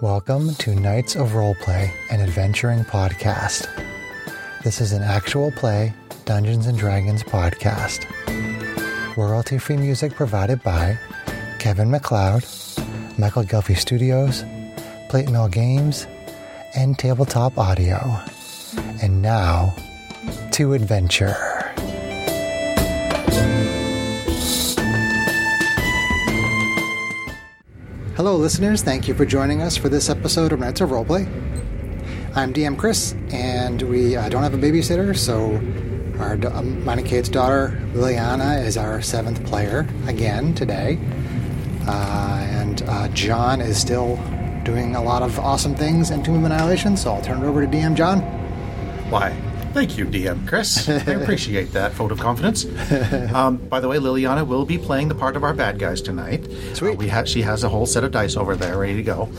Welcome to Knights of Roleplay, an adventuring podcast. This is an actual play Dungeons and Dragons podcast. Royalty free music provided by Kevin McLeod, Michael Gelfie Studios, Plate Mill Games, and Tabletop Audio. And now, to adventure. Hello, listeners. Thank you for joining us for this episode of Knights of Roleplay. I'm DM Chris, and we uh, don't have a babysitter, so our da- um, minor kid's daughter Liliana is our seventh player again today, uh, and uh, John is still doing a lot of awesome things in Tomb of Annihilation. So I'll turn it over to DM John. Why, thank you, DM Chris. I appreciate that vote of confidence. Um, by the way, Liliana will be playing the part of our bad guys tonight. Uh, Sweet. we ha- she has a whole set of dice over there ready to go.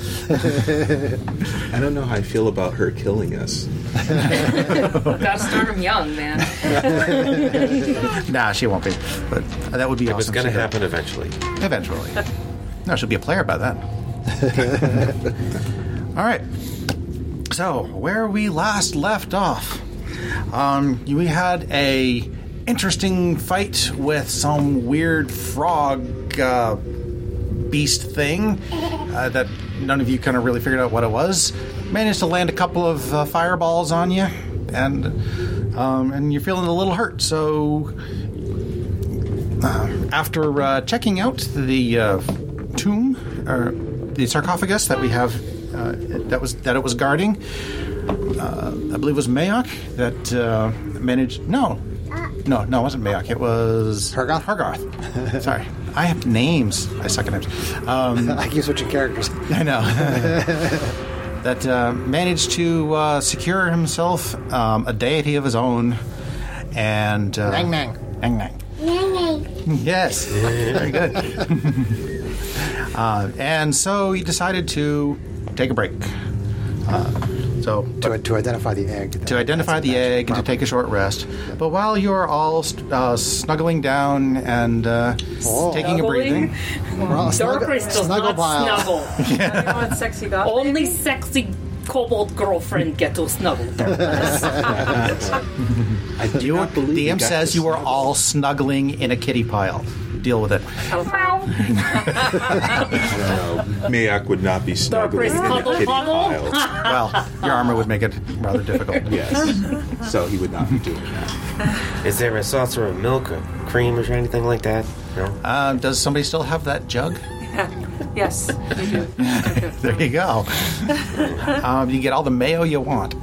I don't know how I feel about her killing us. Gotta start them young, man. Nah, she won't be. But that would be awesome. It's gonna if she did. happen eventually. Eventually. no, she'll be a player by then. All right. So, where we last left off, um, we had a interesting fight with some weird frog uh, beast thing uh, that none of you kind of really figured out what it was. Managed to land a couple of uh, fireballs on you, and um, and you're feeling a little hurt. So after uh, checking out the uh, tomb or the sarcophagus that we have uh, that was that it was guarding uh, i believe it was mayok that uh, managed no no no it wasn't mayok it was Hargoth? hargarth sorry i have names i suck at names um, I keep switching characters. i know that uh, managed to uh, secure himself um, a deity of his own and uh, Nang Nang. nang nang Yes. Very good. uh, and so he decided to take a break. Uh, so To, to identify the egg. to identify the egg and to take a short rest. But while you're all uh, snuggling down and uh, Oh. taking a breathing, We're all snuggle- Darkris does snuggle not pile. snuggle. Everyone's sexy goth. Only sexy kobold girlfriend get to snuggle. I do you, not believe DM got says this. you are all snuggling in a kitty pile. Deal with it. Darkris No, Mayak would not be snuggling in Dark a Crystal kitty Puddle? pile. Well, your armor would make it rather difficult. Yes, so he would not be doing that. Is there a saucer of milk or cream or anything like that? No. Um, does somebody still have that jug? Yes, you do. There you go. um, you can get all the mayo you want.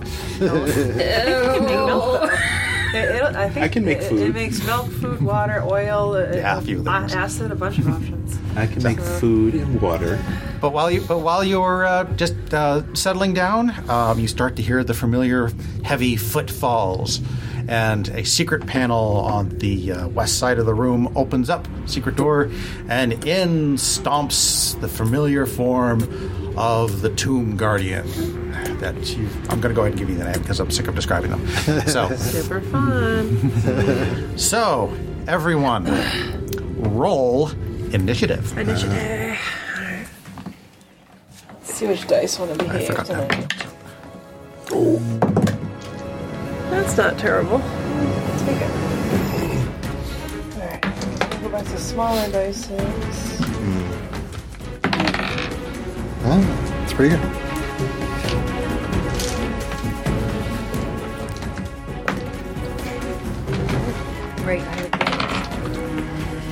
It, it'll- I, think I can make it- It, food. makes milk, food, water, oil, uh, Yeah, a few of uh, those. acid, a bunch of options. I can make food and water. But while you but while you're uh, just uh, settling down, um, you start to hear the familiar heavy footfalls, and a secret panel on the uh, west side of the room opens up, secret door, and in stomps the familiar form of the Tomb Guardian. That you, I'm going to go ahead and give you the name because I'm sick of describing them. So, Super fun. so everyone, roll initiative. See which dice want to behave forgot that. tonight. Oh. That's not terrible. Let's make it. Alright, we'll go back to smaller dice. Huh? It's pretty good. Right, I agree.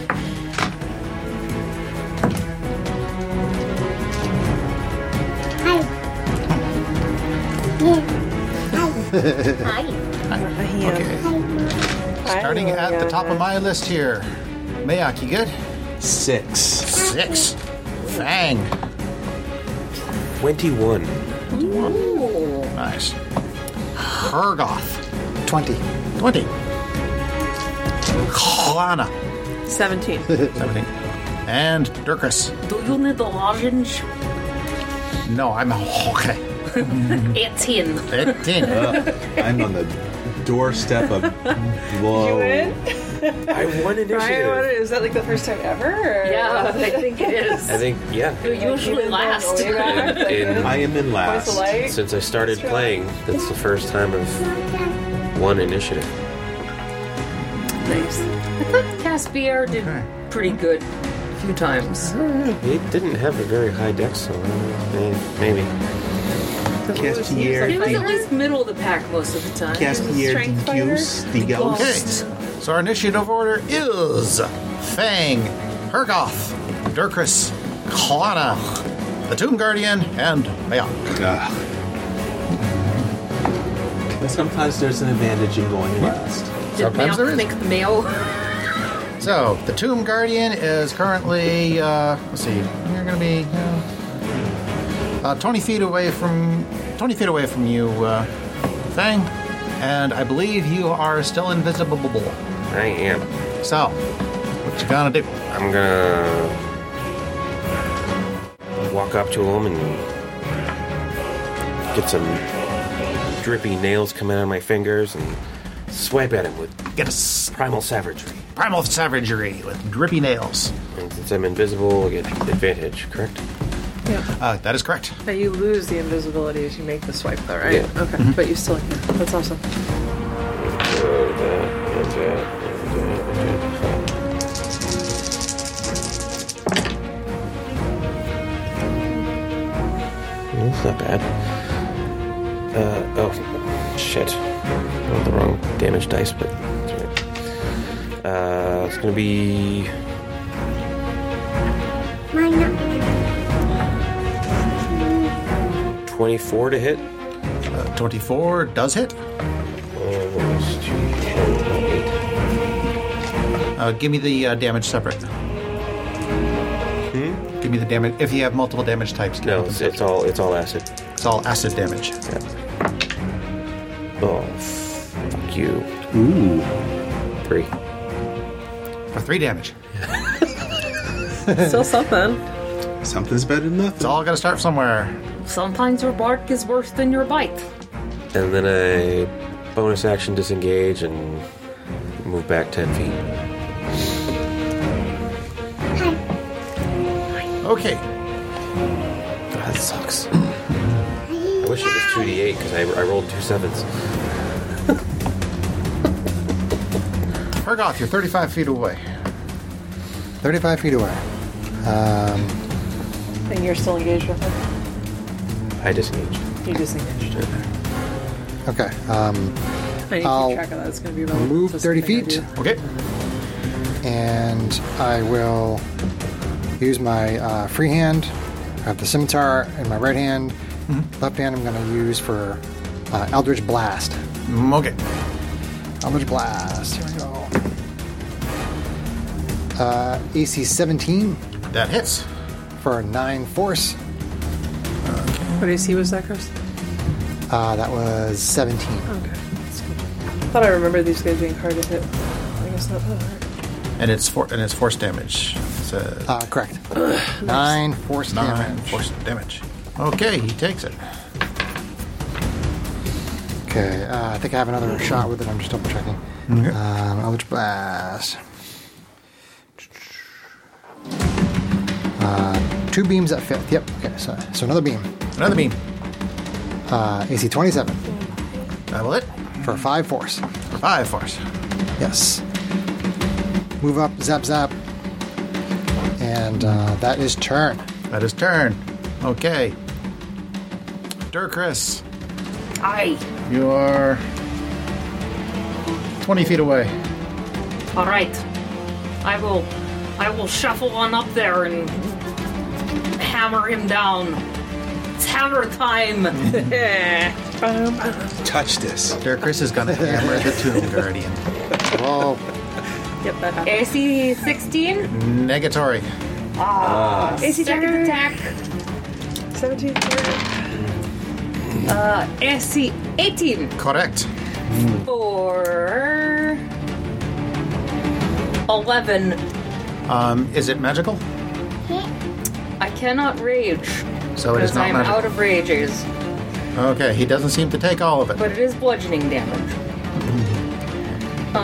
Okay. Starting at the top of my list here. Mayak, you good? Six. Six. Fang. 21. Nice. Hergoth. 20. 20. Klana. 17. 17. And Durkis. Do you need a orange? No, I'm okay. 18. 15. I'm on the doorstep of You blow. win? I won Brian, what initiative. is that like the first time ever? or- Yeah, I think it is. I think, yeah. You usually Even though last. way back, like, In- I am in Points last. of light? Since I started playing, that's the first time I've won initiative. Nice. I thought Caspier did pretty good a few times. He didn't have a very high dex, so uh, may- maybe. He Castier, was at de- least middle of the pack most of the time. Castier, Strength de fighter? Goose, de Okay. Goose. So our initiative order is Fang, Hergoth, Durkris, Kalana, the Tomb Guardian, and Mayak. And Sometimes there's an advantage in going last. Did Sometimes there Mayo is. think Mayo? So the Tomb Guardian is currently, uh, let's see, you're going to be uh, uh, 20 feet away from 20 feet away from you, uh, Fang, and I believe you are still invisible. I am. So what you gonna do? I'm gonna walk up to him and get some drippy nails coming out of my fingers and swipe at him with Get a s- primal savagery. primal savagery with drippy nails. And since I'm invisible, I get advantage, correct? Uh, that is correct. But you lose the invisibility as you make the swipe, though, right? Yeah. Okay, but you still can. That's awesome. So that and that and that and that. Well, That's not bad. Uh, oh, shit. Rolled the wrong damage dice, but that's all right. Uh, it's gonna be. Twenty-four to hit. Uh, 24 does hit. And what was two, ten, eight. Uh, give me the uh, damage separate. Hmm? Give me the damage. If you have multiple damage types, give Hmm? No, me it's, them. it's all it's all acid. It's all acid damage. Oh, fuck you. Ooh. Three. For three damage. Still something. Something's better than It's nothing. all gonna start somewhere. Sometimes your bark is worse than your bite. And then I bonus action disengage and move back 10 feet. Okay. Oh, that sucks. I wish it was 2d8 because I, I rolled two sevens. Hergoth, you're 35 feet away. 35 feet away. And you're still engaged with him? I disengaged. You disengaged. Okay. Um, I need to I'll keep track of that. It's going to be relevant. move to 30 something I feet. do. Okay. and I will use my uh, free hand. I have the scimitar in my right hand. Left hand I'm going to use for uh, Eldritch Blast. Mm, Okay. Eldritch Blast. Here we go. Uh, AC 17 That hits. for 9 force. What AC was that, Chris? Uh, that was 17. Okay. That's good. I thought I remembered these guys being hard to hit. I guess not. Oh, all right. And it's for and it's force damage. It's a Uh, correct. 9 force nine damage. force Ah, damage. Okay, he takes it. Okay, uh, I think I have another shot with it. I'm just double checking. Um, Eldritch Blast. Uh, two beams at fifth. Yep. Okay, so, so another beam. Another beam. Uh, AC 27 That will hit. for 5 force. Five force. Yes. Move up, zap, zap. And uh, that is turn. That is turn. Okay. Durkris, Aye. you are 20 feet away. All right. I will. I will shuffle on up there and hammer him down. It's hammer time. Um, Touch this. Durkris is gonna hammer the Tomb Guardian. Roll. Yep, that happened. AC 16. Negatory. AC second attack. 17 AC 18 Correct. for 11. Um, is it magical? I cannot rage So it is because not I'm magical. out of rages, okay, he doesn't seem to take all of it. but it is bludgeoning damage. Mm-hmm.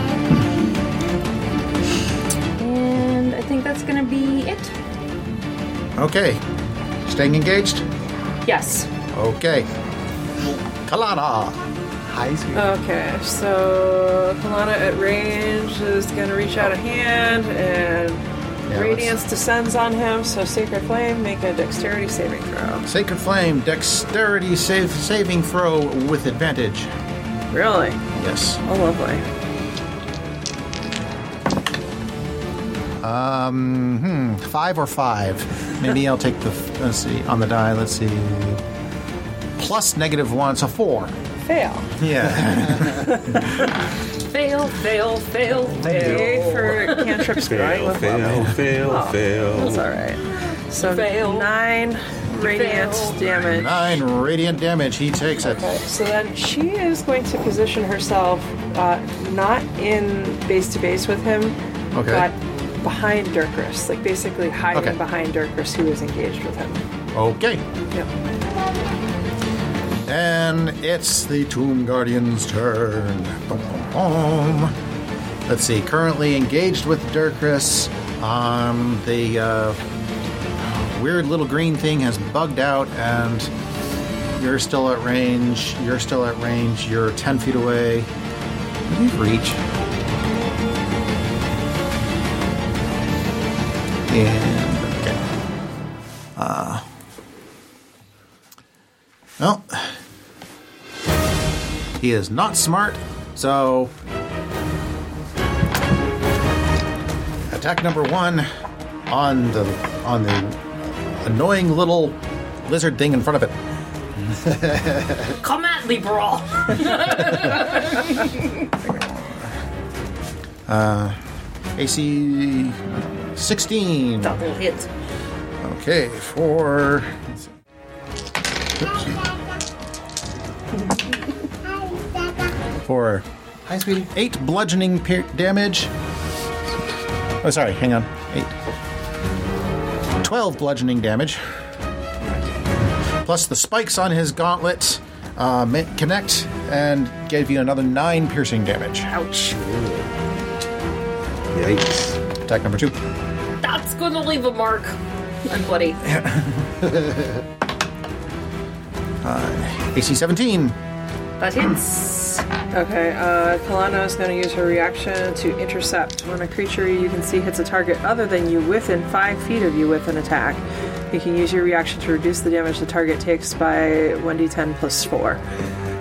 Um, and I think that's gonna be it. Okay. Staying engaged? Yes. Okay. Kalana. Hi, sweetie. Okay, so Kalana at range is going to reach out a hand and Yeah, radiance descends on him. So sacred flame, make a dexterity saving throw. Sacred Flame, dexterity save, saving throw with advantage. Really? Yes. Oh, lovely. Um, hmm, five or five. Maybe I'll take the. Let's see on the die. Let's see. Plus negative one, so four. Fail. Yeah. Fail, fail, fail, Yay fail. for cantrips growing Fail, with level. fail, fail, That's fail. all right. So Fail. nine radiance Fail. damage. Nine radiant damage. He takes it. Okay, so then she is going to position herself uh, not in base to base with him, Okay. but behind Dirkris, like basically hiding Okay. behind Dirkris, who is engaged with him. Okay. Yep. And it's the Tomb Guardian's turn. Boom, boom, boom. Let's see. Currently engaged with Dirkris. Um, the uh, weird little green thing has bugged out, and you're still at range. You're still at range. You're 10 feet away. Did you reach? And okay. Uh, well, he is not smart, so. Attack number one on the on the annoying little lizard thing in front of it. Come at me, bro. AC 16. Double hit. Okay, for let's see. for Hi, sweetie. eight bludgeoning pier- damage. Oh, sorry. Hang on. Eight. Twelve bludgeoning damage. Plus the spikes on his gauntlet uh, ma- connect and gave you another nine piercing damage. Ouch. Yikes. Attack number two. That's gonna leave a mark. I'm bloody. AC 17. That hits. Okay, uh, Kalana is going to use her reaction to intercept. When a creature you can see hits a target other than you within five feet of you with an attack, you can use your reaction to reduce the damage the target takes by 1d10 plus 4.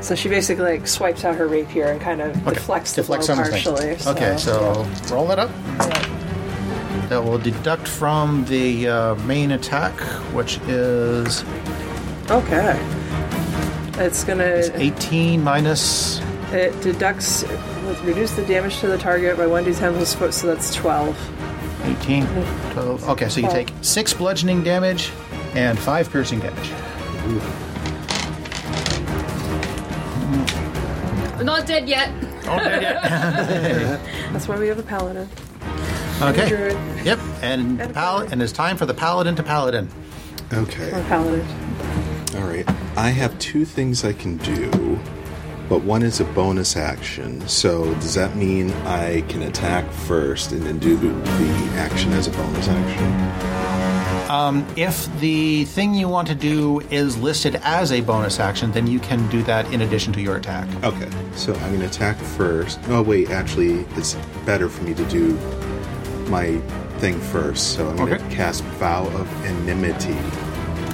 So she basically like swipes out her rapier and kind of deflects the Deflect blow some of the partially. things. Okay, so roll that up. That will deduct from the uh, main attack, which is Okay. It's gonna. 18 minus. It deducts. Let's reduce the damage to the target by 1d10 plus 4, so that's 12. 18, 12. Okay, so you take 6 bludgeoning damage and 5 piercing damage. Not dead yet. That's why we have a paladin. Okay. Druid. Yep, and, the pal- and it's time for the paladin to paladin. Or Okay. paladin. All right. I have two things I can do, but one is a bonus action. So does that mean I can attack first and then do the action as a bonus action? If the thing you want to do is listed as a bonus action, then you can do that in addition to your attack. Okay. So I'm going to attack first. Oh wait, actually, it's better for me to do my thing first. So I'm going Okay. to cast Vow of Enmity.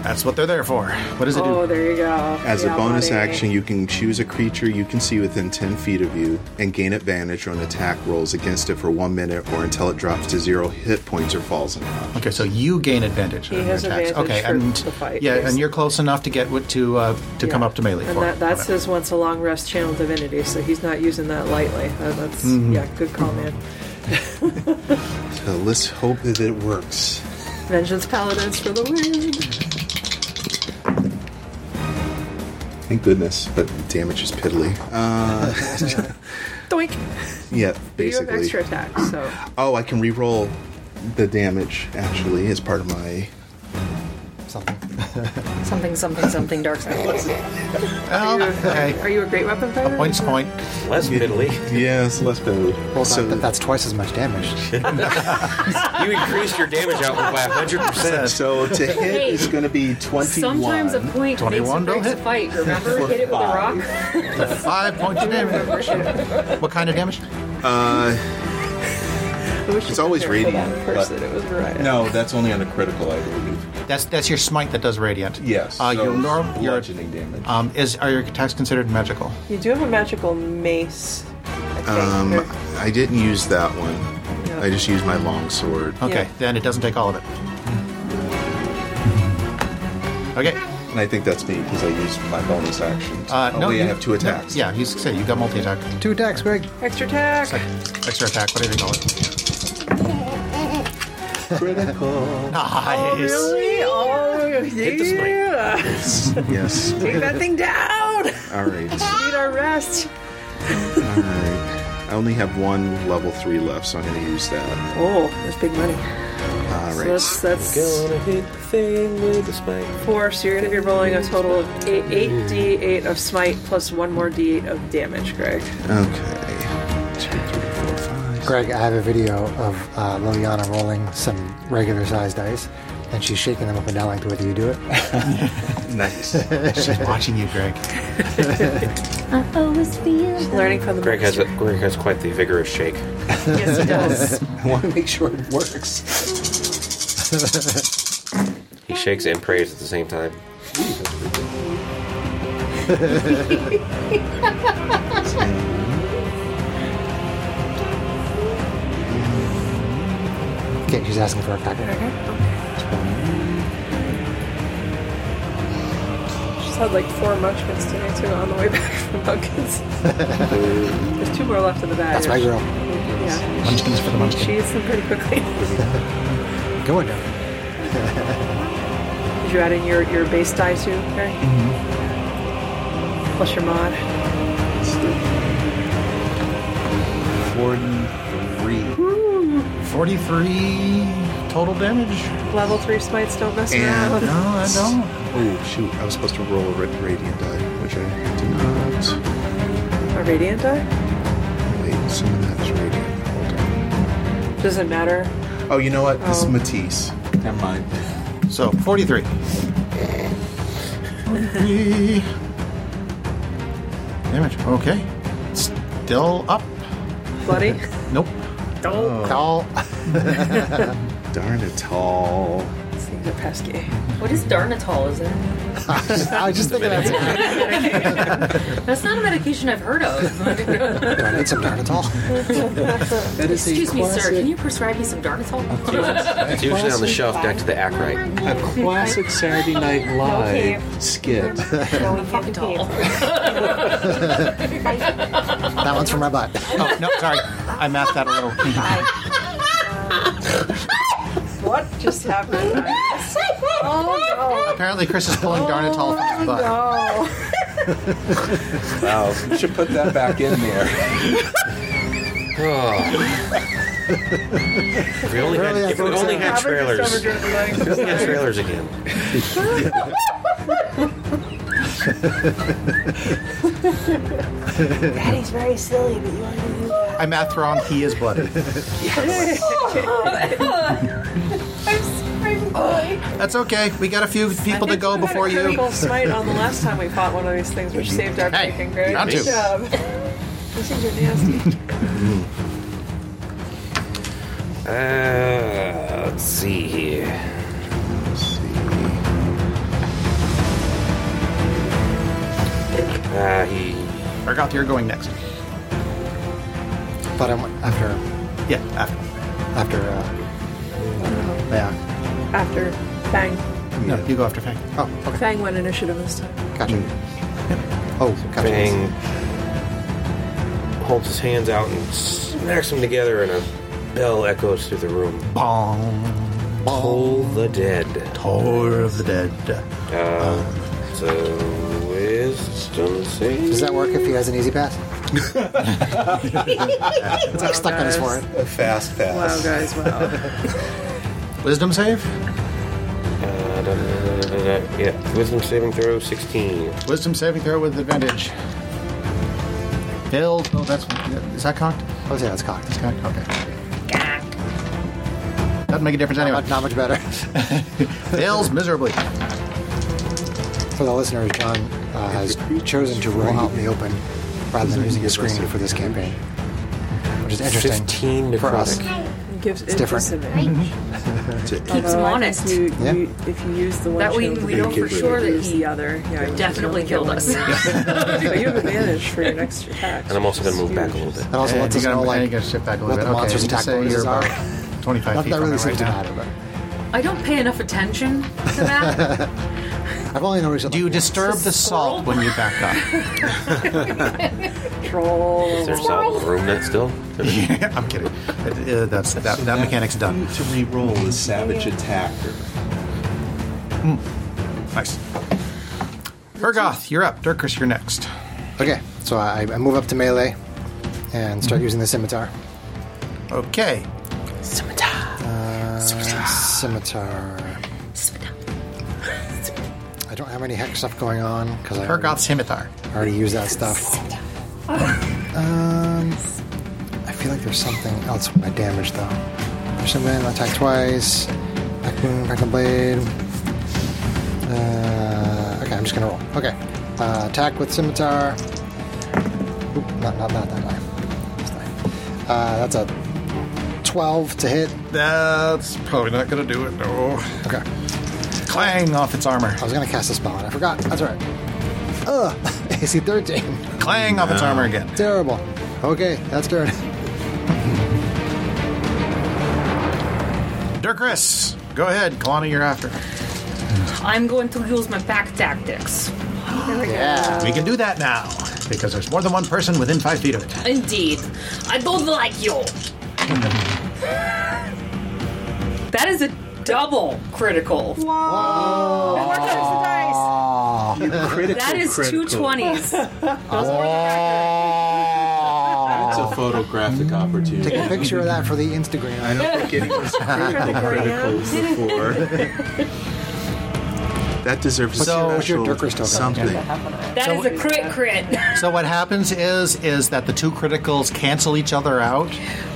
That's what they're there for. What does it do? Oh, there you go. As Yeah, a bonus buddy. action, you can choose a creature you can see within 10 feet of you and gain advantage on attack rolls against it for one minute or until it drops to zero hit points or falls in half. Okay, so you gain advantage. He on your has attacks. advantage okay, for and the fight, yeah, and basically. you're close enough to get wi- to uh, to come Yeah. up to melee and for that, it. that's Okay. his once a long rest channel divinity, so he's not using that lightly. That- that's Mm-hmm. yeah, good call, man. So let's hope that it works. Vengeance paladins for the win. Thank goodness, but damage is piddly. Uh, Doink. yeah, You have basically. extra attack, so Oh, I can re-roll the damage actually as part of my something. Something, something, something, dark side. Oh, okay. Are you a great weapon fighter? Point's a point. Less fiddly. Yes, less bad. Well, so, that, that's twice as much damage. You increased your damage output by 100%. so to hit is going to be 21. Sometimes a point makes 21 and don't breaks a hit. fight. Remember, hit it with a rock. Five points of damage. What kind of damage? I wish you It's always could have said radiant, that first but- that it was right. No, that's only on a critical, I believe. That's that's your smite that does radiant. Yes. Uh, so your norm. Your bludgeoning damage. um is are your attacks considered magical? You do have a magical mace. I think. Um, Or- I didn't use that one. Yeah. I just used my long sword. Okay, Yeah. then it doesn't take all of it. Okay. And I think that's me because I used my bonus action. Uh, Only no, I you- have two attacks. Yeah, you say you got multi attack, Two attacks, Greg. Extra attack. extra attack, whatever you call it. Critical. Nice. Really? Oh, the spike. yeah. yes. Take that thing down. All right. Need our rest. All right. I only have one level three left, so I'm going to use that. Oh, that's big money. All So Ah, right. that's that's Gonna hit the thing with the spike. four. So you're gonna be rolling a total of eight, eight d8 of smite plus one more d8 of damage, Greg. Okay. Two, three, four, five. Greg, I have a video of uh, Liliana rolling some regular sized dice, and she's shaking them up and down like the way that you do it. Nice. She's watching you, Greg. I always feel Learning from the Greg has, a, master. Greg has quite the vigorous shake. Yes, he does. I want to make sure it works. He shakes and prays at the same time. Okay, she's asking for a packet. She's had like four munchkins today too on the way back from Pumpkins. There's two more left in the bag. That's my girl. Yeah. Munchkins for the munchkin. She eats them pretty quickly. Go on down. Did you add in your, your base die too, Greg? Mm-hmm. Plus your mod. 43. 43 total damage. Level three smites don't mess And- around. No, I don't. Oh, shoot. I was supposed to roll a ra- radiant die, which I did not. A radiant die? Wait, some of that is radiant. Hold on. Doesn't matter. Oh, you know what? This is Oh. Matisse. Never mind. So, 43. 43. Damage. Okay. Still up. Bloody? Nope. Oh. Don't. Call. Darn it all. Things are pesky. What is Darnatol? Is it? I was just thinking that's it. That's not a medication I've heard of. Do I need some Darnatol? That is Excuse me, sir. Can you prescribe me some Darnatol? It's usually on the shelf next to the Acrite. a classic Saturday Night Live skit. Fucking tall. That one's for my butt. Oh, no, sorry. I mapped that a little. What just happened? oh Apparently, Chris is pulling Darnatol from his no. butt. No. Wow, you should put that back in there. Oh. If we only had, Really, I if we thought only so. had trailers. If trailers. we only had trailers again. Daddy's very silly, but you want to do that. I math wrong. He is bloody. I'm sorry. That's okay. We got a few people to go before had a you. critical smite on the last time we fought one of these things, which saved our Hey, freaking Greg. round Good two. job. These things are nasty. Uh, let's see here. Let's see. Uh, he Argoth, you're going next. But I'm after, Yeah, after. after, uh, yeah. After Fang. No, you go after Fang. Oh, okay. Fang won initiative this time. Gotcha. Oh, gotcha. Fang holds his hands out and smacks them together, and a bell echoes through the room. Bong. Toll the dead. Tower of the Dead. So, wisdom save. Does that work if he has an easy pass? it's like stuck on his forehead. A fast Wow, pass. guys, wow. Wisdom save? Uh, da- da- da- da- did I? Yeah. Wisdom saving throw 16. Wisdom saving throw with advantage. Failed. Oh, that's is that cocked? Oh, yeah, it's cocked. It's cocked. Okay. Doesn't make a difference anyway. Not, not much better. Fails miserably. For the listeners, John uh, has chosen to roll out in the open rather than using a screen for this campaign, which is interesting 15 for us. necrotic. Gives it's different. To it. Uh, Keeps him on it. You, Yeah. you, Uh, if you use the one, That way shield, we you know for Keep it sure that use he the other. Yeah, you definitely don't killed get us. one. but you have advantage for your next attack. And I'm also going to move back a little bit. It also And lets you us gotta- know, and like, you gotta shift back a little what bit. the monster's okay, attack just say bonuses you're are. about 25 Not feet that from really it right seems to now. matter, but I don't pay enough attention to that. I've only noticed it. Do you like, disturb the salt when you back up? Troll. Is there salt in the room that still? yeah, I'm kidding. It- uh, that's, that, that mechanic's done. To re-roll is savage attacker. Nice. Hergoth, you're up. Dirkus, you're next. Okay, so I, I move up to melee and start Mm-hmm. using the scimitar. Okay. Uh, Scimitar. I don't have any hex stuff going on because I already, Hergoth Scimitar. already used that stuff. um, I feel like there's something else with my damage though. There's something attack twice, back wound, back the blade. Uh, okay, I'm just gonna roll. Okay, uh, attack with scimitar. Oop, not, not, not that die. This die. Uh, that's a 12 to hit. That's probably not going to do it, no. Okay. Clang off its armor. I was gonna cast a spell and I forgot. That's all right. Ugh, AC 13. Clang off its armor again. Terrible. Okay, that's good. Dirkus, go ahead. Kalani, you're after. I'm going to use my pack tactics. Yeah. We can do that now because there's more than one person within five feet of it. Indeed. I don't like you. that is a double critical. Critical, That is two critical. twenties. It's a photographic opportunity. Take a picture of that for the Instagram. I don't think anyone's critical criticals before. that deserves a So- What's your special Dirkris token? something. That is a crit crit. So what happens is is that the two criticals cancel each other out, and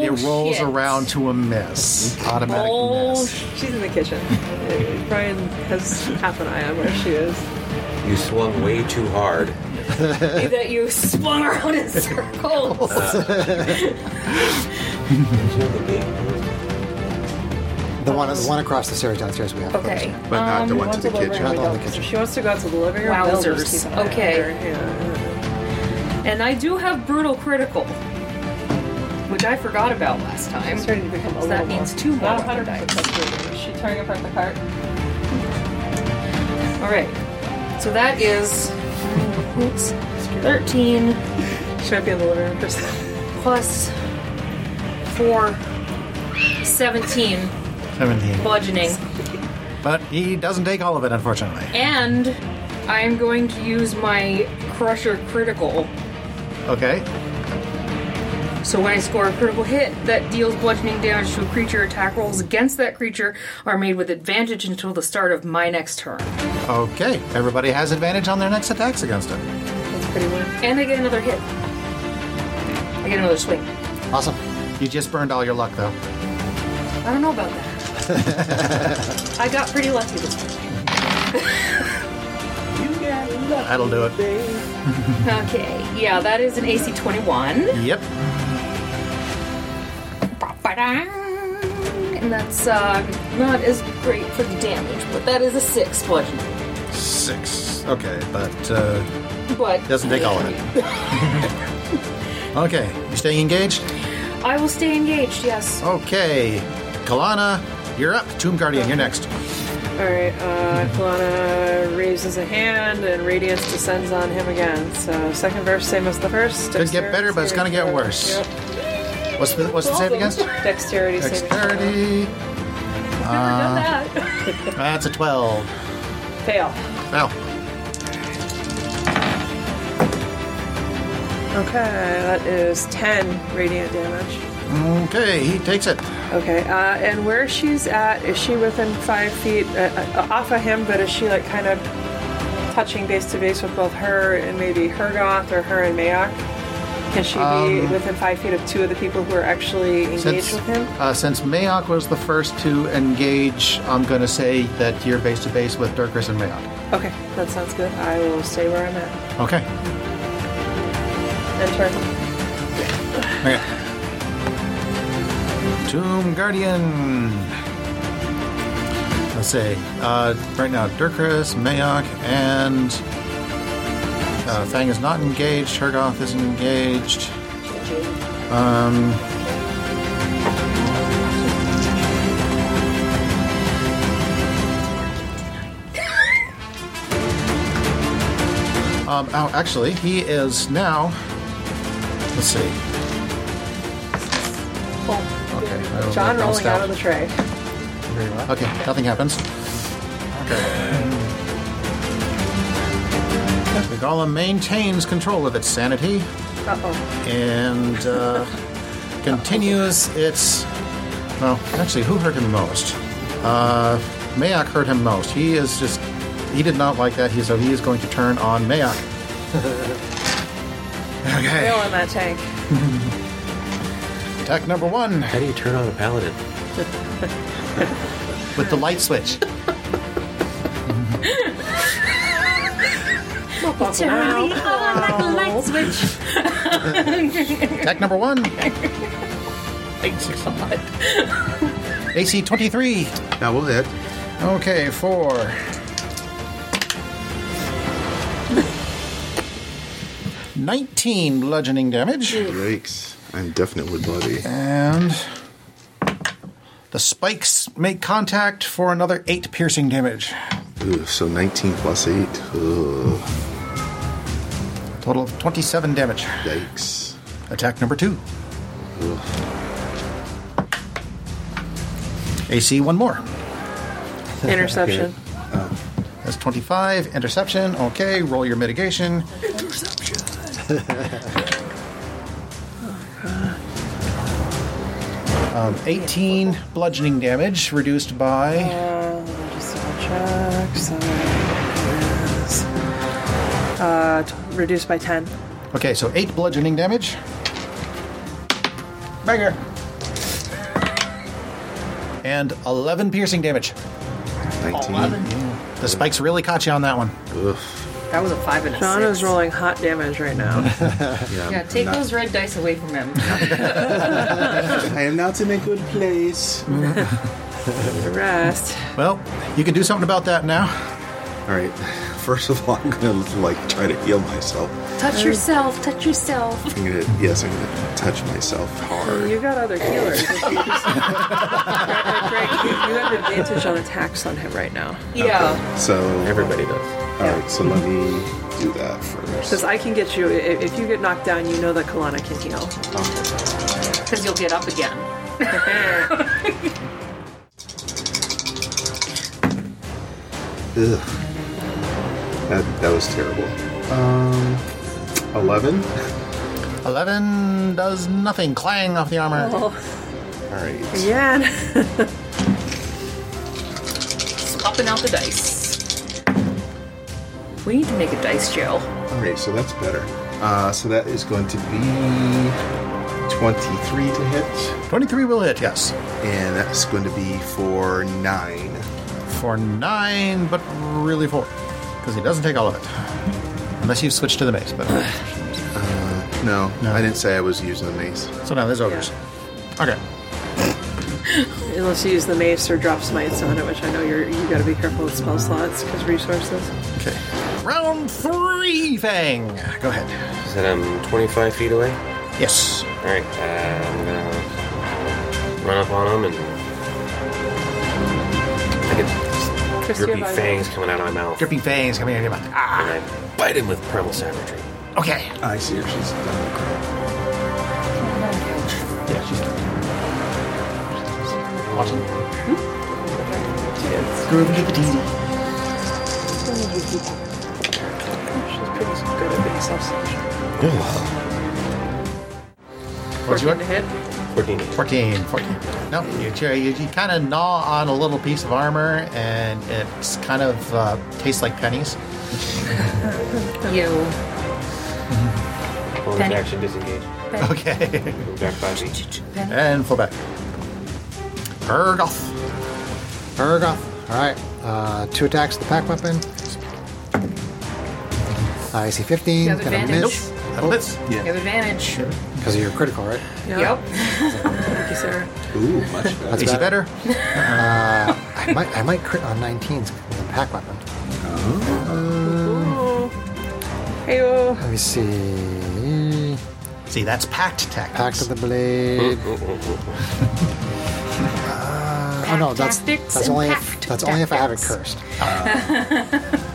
Oh, it rolls Bullshit. around to a miss, automatic miss. Bullshit. She's in the kitchen. Brian has half an eye on where she is. You swung way too hard. that you swung around in circles. The one, the one across the stairs downstairs we have. Okay. But Um, not Um, the one to the kitchen. Not the one in the kitchen. She wants to go out to the living room. they'll just Wowzers. keep an eye on Okay. her. Yeah. And I do have brutal critical, which I forgot about last time. It's starting to become a So that little means more- two more Not 100 dice. Is she tearing apart the cart? All right. So that is oops, 13 She might be in the living room for a second. plus 4 17 Seventeen. bludgeoning. But he doesn't take all of it, unfortunately. And I am going to use my crusher critical. Okay. So when I score a critical hit that deals bludgeoning damage to a creature, attack rolls against that creature are made with advantage until the start of my next turn. Okay. Everybody has advantage on their next attacks against it. That's pretty weird. And I get another hit. I get another swing. Awesome. You just burned all your luck though. I don't know about that. I got pretty lucky this time. That'll do it. Okay, yeah, that is an AC 21. Yep. And that's uh, not as great for the damage, but that is a 6 bludgeoning. Six. Okay, but uh, But doesn't take all of it. okay. You staying engaged? I will stay engaged, yes. Okay. Kalana, you're up. Tomb Guardian, you're next. Alright, uh, Kalana raises a hand and Radiance descends on him again. So, second verse, same as the first. Could get Dexterity better, but it's gonna saving get throw. worse. Yep. What's the what's the save against? Dexterity, saving Dexterity. Never done that. That's a 12. throw. Fail. Well, Okay, that is 10 radiant damage. Okay, he takes it. Okay, uh, and where she's at, is she within five feet uh, uh, off of him, but is she like kind of touching base to base with both her and maybe Hergoth or her and Mayock? Can she be within five feet of two of the people who are actually engaged Um, Since with him? uh, since Mayok was the first to engage, I'm going to say that you're base to base with Dirkus and Mayok. Okay, that sounds good. I will stay where I'm at. Okay. Enter. Okay. Tomb Guardian. Let's say uh, right now Dirkus, Mayok, and uh, Fang is not engaged. Hergoth isn't engaged. Um. Um, oh, actually, he is now. Let's see. Okay. I don't know if John that rolling out of the bounced tray. out. Okay, nothing happens. Okay. The golem maintains control of its sanity Uh oh. and uh, continues its. Well, actually, who hurt him most? Uh, Mayak hurt him most. He is just. He did not like that, he, so he is going to turn on Mayak. Real okay. in that tank. Attack number one How do you turn on a paladin? with the light switch. Oh, Turn it on like a light switch. Attack number one. AC 23. That will hit. Okay, four. Nineteen bludgeoning damage, Yikes. I'm definitely bloody. and the spikes make contact for another eight piercing damage. Ooh, so 19 plus 8. Ugh, Total of twenty-seven damage. yikes. Attack number two. Ugh. AC one more. Interception. That's twenty-five. Interception. Okay, roll your mitigation. Um, 18 bludgeoning damage reduced by Uh, just double check. So it is, uh, t- reduced by 10. Okay, so eight bludgeoning damage. Banger. And 11 piercing damage. 19. The spikes really caught you on that one. Ugh. That was a five and a John six. is rolling hot damage right now. Yeah, Yeah, I'm take not- those red dice away from him. I am not in a good place. Mm-hmm. the rest. Well, you can do something about that now. All right. First of all, I'm gonna like try to heal myself. Touch yourself, touch yourself. I'm gonna yes, I'm gonna touch myself hard. You got other healers. Greg, Greg, you you have advantage on attacks on him right now. yeah. So Everybody does. All right. So let me do that first. Because I can get you, i- if you get knocked down, you know that Kalana can heal. Um, because you'll get up again. Ugh. That that was terrible. Um, eleven. 11 does nothing. Clang off the armor. All right. Yeah. Popping out the dice. We need to make a dice jail. All right. So that's better. Uh, so that is going to be twenty-three to hit, 23 will hit, yes. and that's going to be for nine. For nine, but really four. Because he doesn't take all of it. Unless you switch to the mace. But No, No. I didn't say I was using the mace. So now there's ogres. Okay. Unless you use the mace or drop smites on it, which I know you're you got to be careful with spell slots because resources. Okay. Round three, Fang. Go ahead. Is that I'm 25 feet away? Yes. All right. Uh, I'm gonna run up on him and I get Chris, do you these grippy have fangs coming out of my mouth, Dripping fangs coming out of your mouth. Ah, and I bite him with primal savagery. okay. I see her. She's done. Yeah, she's watching. What'd you 14 to want? hit. 14. 14, 14. No, you, you, you kind of gnaw on a little piece of armor, and it's kind of uh, tastes like pennies. You. Bonus Penny. action disengage. Okay. Move back five feet. and full back. Ergoth. Ergoth. All right. Uh, two attacks with the pack weapon. Uh, I see 15. You have Gonna advantage. miss. That'll miss. You have advantage. Because of your critical, right? Yep. Thank you, Sarah. Ooh, much better. That's Is he better. better? I might, I might crit on 19s with a pack weapon. Hey, oh. Let me see. See, that's packed tactics. Pact of the Blade. Uh, oh no, that's tactics that's and only if, pact that's only if I have it tactics. cursed.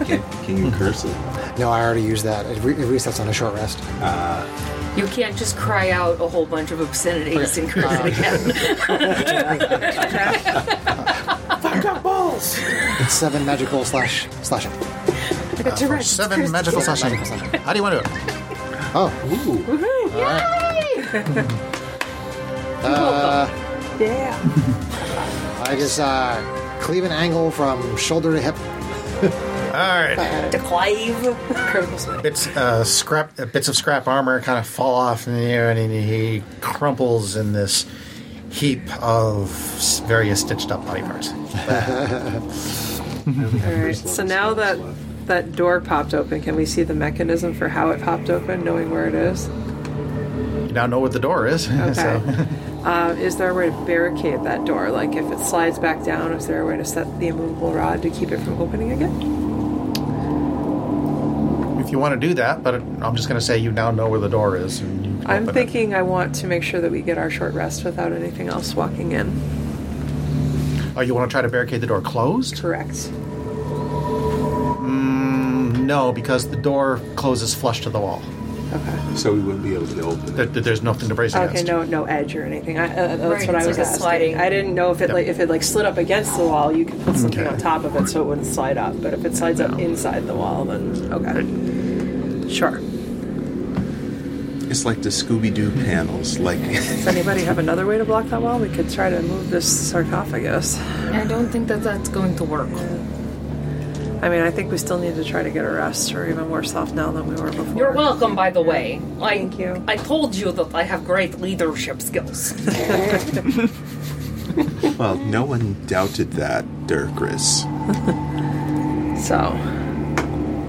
Can, can you curse it? No, I already used that. It, re- it resets on a short rest. You can't just cry out a whole bunch of obscenities and curse Uh, it again. It's seven magical slash slashing. For seven magical slashing. Magical slashing. How do you want to do it? Oh, Ooh. Yeah. I just uh, cleave an angle from shoulder to hip. All right. Declive. Critical swing. Bits, uh, scrap, uh, bits of scrap armor kind of fall off in the air, and he- he crumples in this heap of s- various stitched up body parts. Alright, so now that that door popped open, can we see the mechanism for how it popped open, knowing where it is? You now know what the door is. Okay. so- Um, is there a way to barricade that door? Like, if it slides back down, is there a way to set the immovable rod to keep it from opening again? if you want to do that, but I'm just going to say you now know where the door is. And you can I'm open it. thinking I want to make sure that we get our short rest without anything else walking in. Oh, you want to try to barricade the door closed? Correct. No, because the door closes flush to the wall. So we wouldn't be able to open There, it. there- there's nothing to brace Okay, against. no, no edge or anything. I, uh, that's Right, what I it's was like a asking. sliding- I didn't know if it like if it like slid up against the wall, you could put something Okay. on top of it so it wouldn't slide up. But if it slides up inside the wall, then okay, sure. It's like the Scooby Doo panels. Like, Does anybody have another way to block that wall? We could try to move this sarcophagus. I don't think that that's going to work. I mean, I think we still need to try to get a rest. We're even worse off now than we were before. You're welcome, by the way. I, Thank you. I told you that I have great leadership skills. well, no one doubted that, Dirkris. So,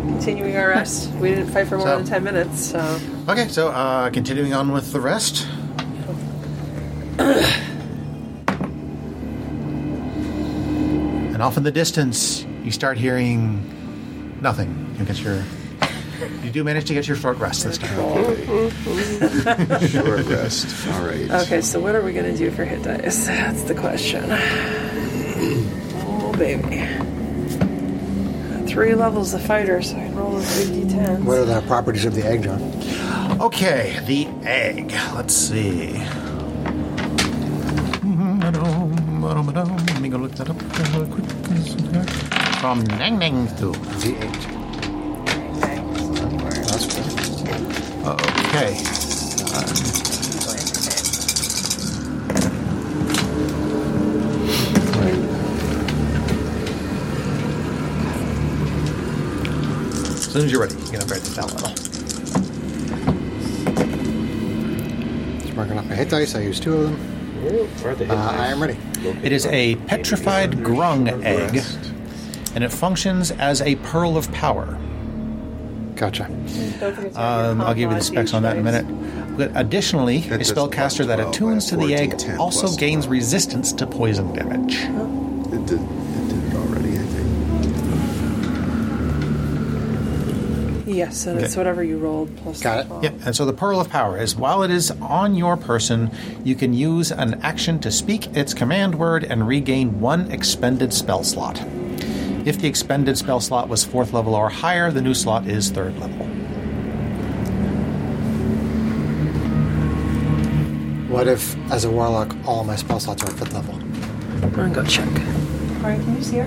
continuing our rest. We didn't fight for more So- than ten minutes, so Okay, so uh, continuing on with the rest. and off in the distance, you start hearing nothing. You get your. You do manage to get your short rest this time. Short rest. All right. Okay, so what are we gonna do for hit dice? That's the question. Oh baby. Three levels of fighter, so I can roll a three d10. What are the properties of the egg, John? Okay, the egg. Let's see. Mm-hmm, Let me go look that up real quick. From Nang Nang to. D8. That's That's good. Okay. As soon as you're ready, you can upgrade the down level. Just marking off my hit dice. I used two of them. Where are the hit Uh, I am dice? ready. It is a petrified grung egg, and it functions as a pearl of power. Gotcha. Um, I'll give you the specs on that in a minute. But additionally, That a does spellcaster plus that 12, attunes that's to the 14, egg 10 also plus gains 12. resistance to poison damage. It did, it did it already, I think. Yes, and it's Okay. whatever you rolled plus. Got it. the twelve. Yep, and so the Pearl of Power is while it is on your person, you can use an action to speak its command word and regain one expended spell slot. If the expended spell slot was fourth level or higher, the new slot is third level. What if, as a warlock, all my spell slots are at fifth level? I'm gonna go check. Alright, can you see her?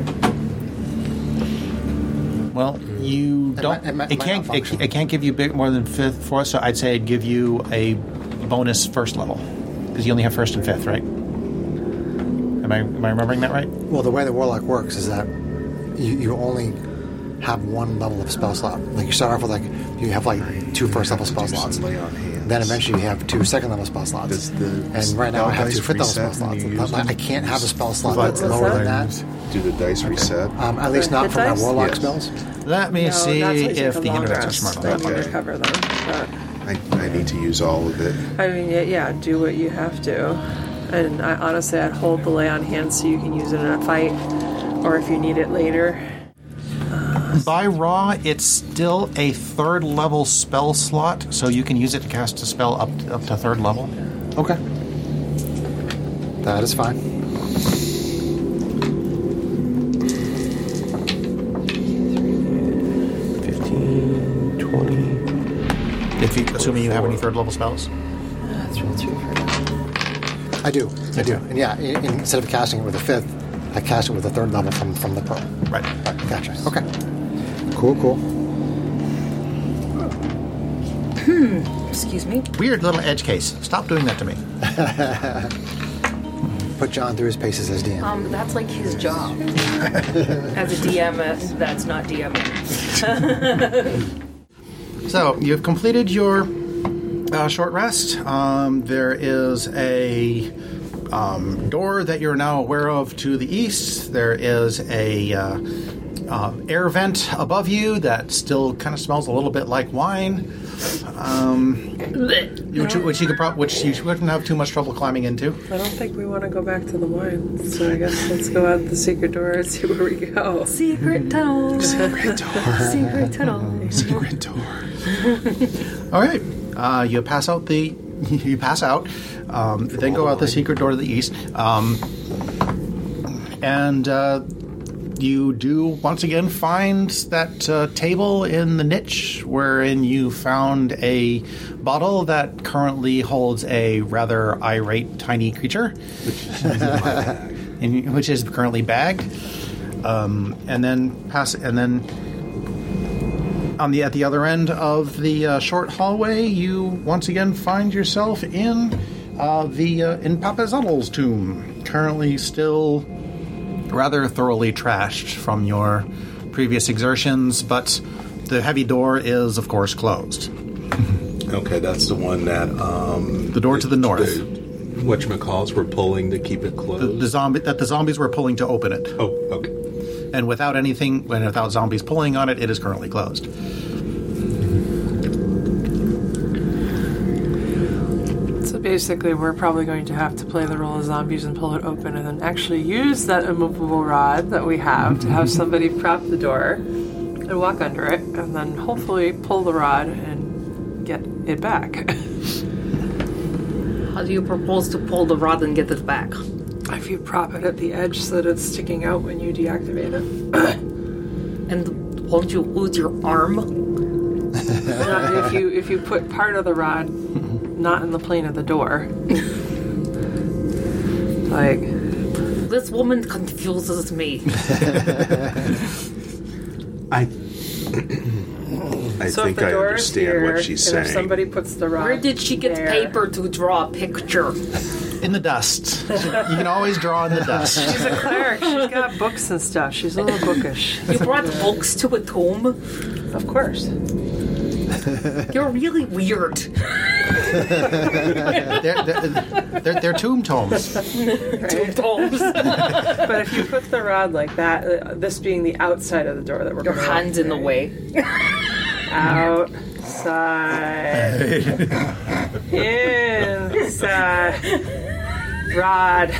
Well, you It don't. might- it might- might can't. It, malfunction. it can't give you big more than fifth, fourth. So I'd say it'd give you a bonus first level because you only have first and fifth, right? Am I am I remembering that right? Well, the way the warlock works is that you, you only have one level of spell slot. Like you start off with like you have like two first level spell Do slots. some lay on hands. Then eventually you have two second level spell slots. Does the And right now I have two dice fifth level spell reset when slots. you But use like, I them? can't have a spell slot But- that's lower than that. Do the dice reset? Um, at least not Hit from my dice? warlock Yes. spells. Let me No, see that's what you if take a the long hindrance are rest. smart Then about you that. Okay. recover them. But, I, I need to use all of it. I mean, yeah, yeah, do what you have to. And I honestly, I'd hold the lay on hands so you can use it in a fight, or if you need it later. By raw, it's still a third level spell slot, so you can use it to cast a spell up up to third level. Okay. That is fine. Fifteen, twenty. If you, assuming you have any third level spells. Let's roll through for I do. I do. And yeah, in, in- instead of casting it with a fifth, I cast it with a third level from, from the pearl. Right. Right, Gotcha. Okay. Cool, cool. Excuse me. Weird little edge case. Stop doing that to me. Put John through his paces as DM. Um, that's like his job. As a DM, uh, that's not DMing. So you've completed your uh, short rest. Um, there is a um, door that you're now aware of to the east. There is a uh, uh, air vent above you that still kind of smells a little bit like wine, um, which, which you could prob- which you wouldn't have too much trouble climbing into. I don't think we want to go back to the wine, so I guess let's go out the secret door and see where we go. Secret tunnel. Secret door. Secret tunnel. Secret door. All right. Uh, you pass out the. You pass out, um, then go out the secret door to the east, um, and uh, you do once again find that uh, table in the niche wherein you found a bottle that currently holds a rather irate tiny creature, in, which is currently bagged, um, and then pass and then on the at the other end of the uh, short hallway, you once again find yourself in uh, the uh, in Papazuddle's tomb, currently still rather thoroughly trashed from your previous exertions, but the heavy door is of course closed. Okay, that's the one that um The door to the north. The, whatchamacallits were pulling to keep it The, closed. the zombie that the zombies were pulling to open it, oh, okay. and without anything, and without zombies pulling on it, it is currently closed. So basically, we're probably going to have to play the role of zombies and pull it open, and then actually use that immovable rod that we have to have somebody prop the door and walk under it, and then hopefully pull the rod and get it back. How do you propose to pull the rod and get it back? if you prop it at the edge so that it's sticking out when you deactivate it. And won't you lose your arm? Not if you if you put part of the rod not in the plane of the door. like This woman confuses me. I I so think if the I door understand is here, what she's and saying. If somebody puts the rod Where did she get there- paper to draw a picture? In the dust, you can always draw in the dust. She's a cleric. She's got books and stuff. She's a little bookish. You brought books to a tomb? Of course. You're really weird. They're, they're, they're, they're tomb tomes. Tomes. But if you put the rod like that, uh, this being the outside of the door that we're Your gonna hand's in the walk way. Outside. Inside. Rod.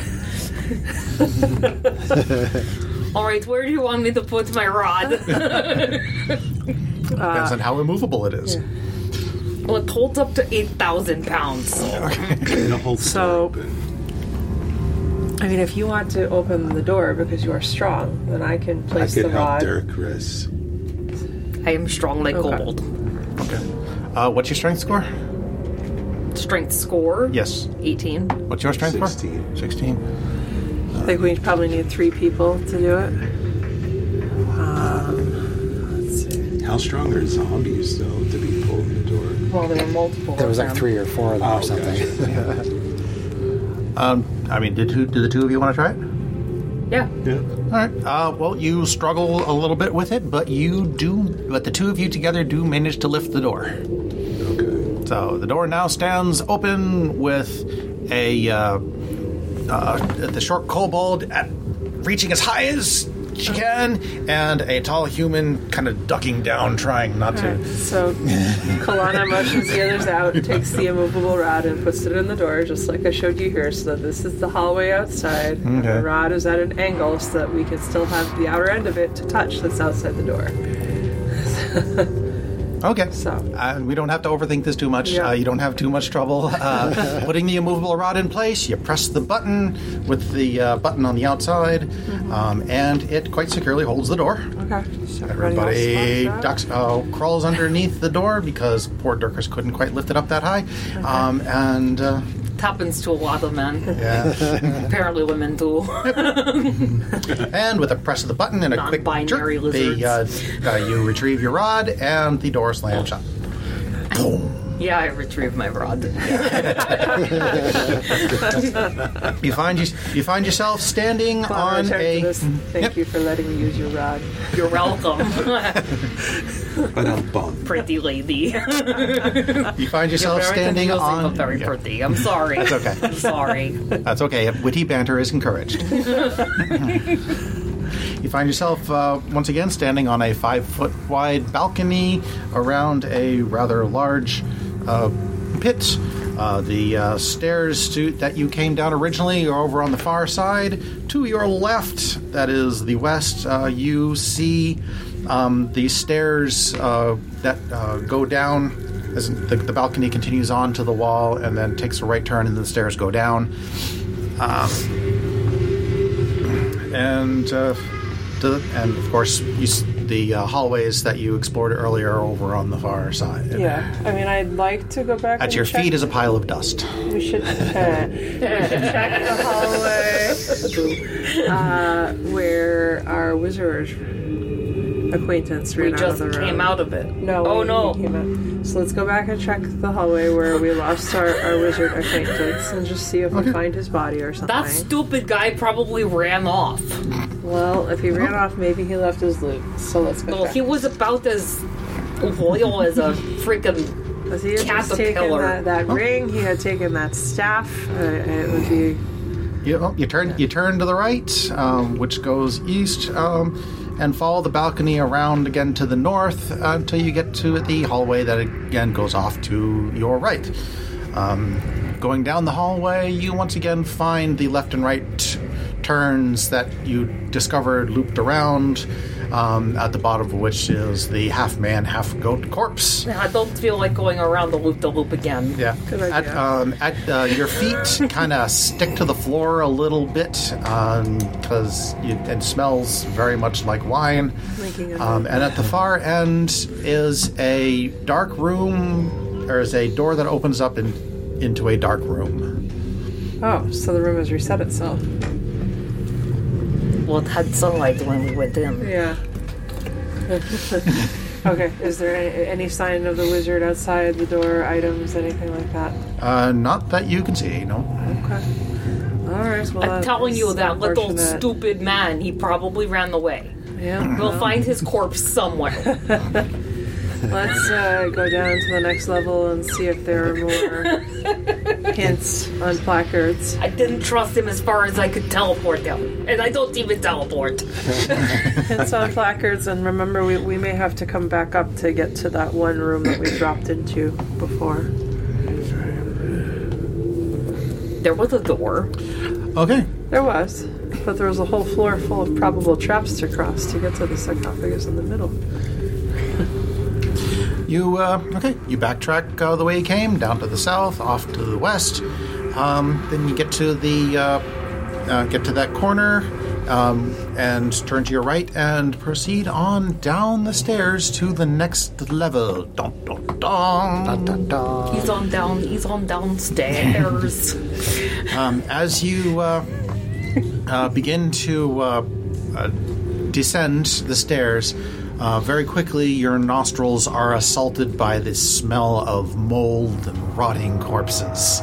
All right, where do you want me to put my rod? Depends on how immovable it is. well, it holds up to 8,000 pounds. The whole So- door open. I mean, if you want to open the door because you are strong, then I can I place could the help rod. Derek Chris. I am strong like Okay. gold. Uh, what's your strength score? Strength score? Yes. 18. What's your strength score? 16. 16. I think we probably need three people to do it. Um, How strong are zombies though to be pulling the door? Oh, Well, there were multiple. There of was like them. three or four Oh, of them or something. Um, I mean, did who? Do the two of you want to try it? Yeah. All right. Uh, well, you struggle a little bit with it, but you do. But the two of you together do manage to lift the door. Okay. So the door now stands open with a uh, uh, the short kobold at, reaching as high as she can, and a tall human kind of ducking down, trying not Alright, to. So Kalana motions the others out, takes the immovable rod and puts it in the door, just like I showed you here. So this is the hallway outside. and Okay. The rod is at an angle so that we can still have the outer end of it to touch that's outside the door. Okay. So Uh, we don't have to overthink this too much. Yeah. Uh, you don't have too much trouble uh, putting the immovable rod in place. You press the button with the uh, button on the outside, um, and it quite securely holds the door. Mm-hmm. okay, so Everybody else ducks, uh, crawls underneath the door because poor Durkers couldn't quite lift it up that high. Um, and uh, Happens to a lot of men. yeah. Apparently, women too. and with a press of the button and a quick Non-binary jerk, the, uh, uh, you retrieve your rod and the door slams shut. yeah, I retrieved my rod. You find you, you find yourself standing Kalana, on return to a this. Thank you for letting me use your rod. You're welcome, But I'm bummed. pretty lady. you find yourself very standing confusing, on but very Yeah. pretty. I'm sorry. That's okay. I'm sorry. That's okay. Witty banter is encouraged. you find yourself uh, once again standing on a five foot wide balcony around a rather large uh, pit. Uh, the uh, stairs to, that you came down originally are over on the far side. To your left, that is the west, uh, you see um, the stairs uh, that uh, go down as the, the balcony continues on to the wall and then takes a right turn and the stairs go down um, and uh, the, and of course you, s- the uh, hallways that you explored earlier are over on the far side Yeah, I mean, I'd like to go back. at and your check. feet is a pile of dust We should check. we should check the hallway uh, where our wizard acquaintance We ran out of just the room. came out of it. No. Oh we- no. we came out. So let's go back and check the hallway where we lost our, our wizard acquaintance and just see if we find his body or something. That stupid guy probably ran off. well, if he ran off, maybe he left his loot. So let's go. Well, check. he was about as loyal as a freaking. 'Cause he had just taken caterpillar. that, that ring. He had taken that staff. Uh, it would be you, oh, you turn you turn to the right um, which goes east um, and follow the balcony around again to the north until you get to the hallway that again goes off to your right um, going down the hallway you once again find the left and right turns that you discovered looped around um, at the bottom of which is the half man half goat corpse I don't feel like going around the loop the loop again. yeah. Good at idea. um, at uh, your feet kind of stick to the floor a little bit because it smells very much like wine. Making a- Um, and at the far end is a dark room, or is a door that opens up in, into a dark room. oh, so the room has reset itself. Well, it had sunlight when we went in. Yeah. okay. Is there any, any sign of the wizard outside the door? Items, anything like that? Uh, not that you can see, no. Okay. All right. Well, I'm telling you, that's that little unfortunate. stupid man, he probably ran away. Yeah. We'll find his corpse somewhere. Let's uh, go down to the next level and see if there are more hints on placards. I didn't trust him as far as I could teleport him. And I don't even teleport. Hints on placards, and remember, we, we may have to come back up to get to that one room that we dropped into before. There was a door. Okay. There was, but there was a whole floor full of probable traps to cross to get to the sarcophagus in the middle. You uh, okay? You backtrack uh, the way you came, down to the south, off to the west. Um, then you get to the uh, uh, get to that corner um, and turn to your right and proceed on down the stairs to the next level. Dun, dun, dun. Dun, dun, dun. He's on down. He's on downstairs. Um, as you uh, uh, begin to uh, uh, descend the stairs, Uh, very quickly, your nostrils are assaulted by the smell of mold and rotting corpses.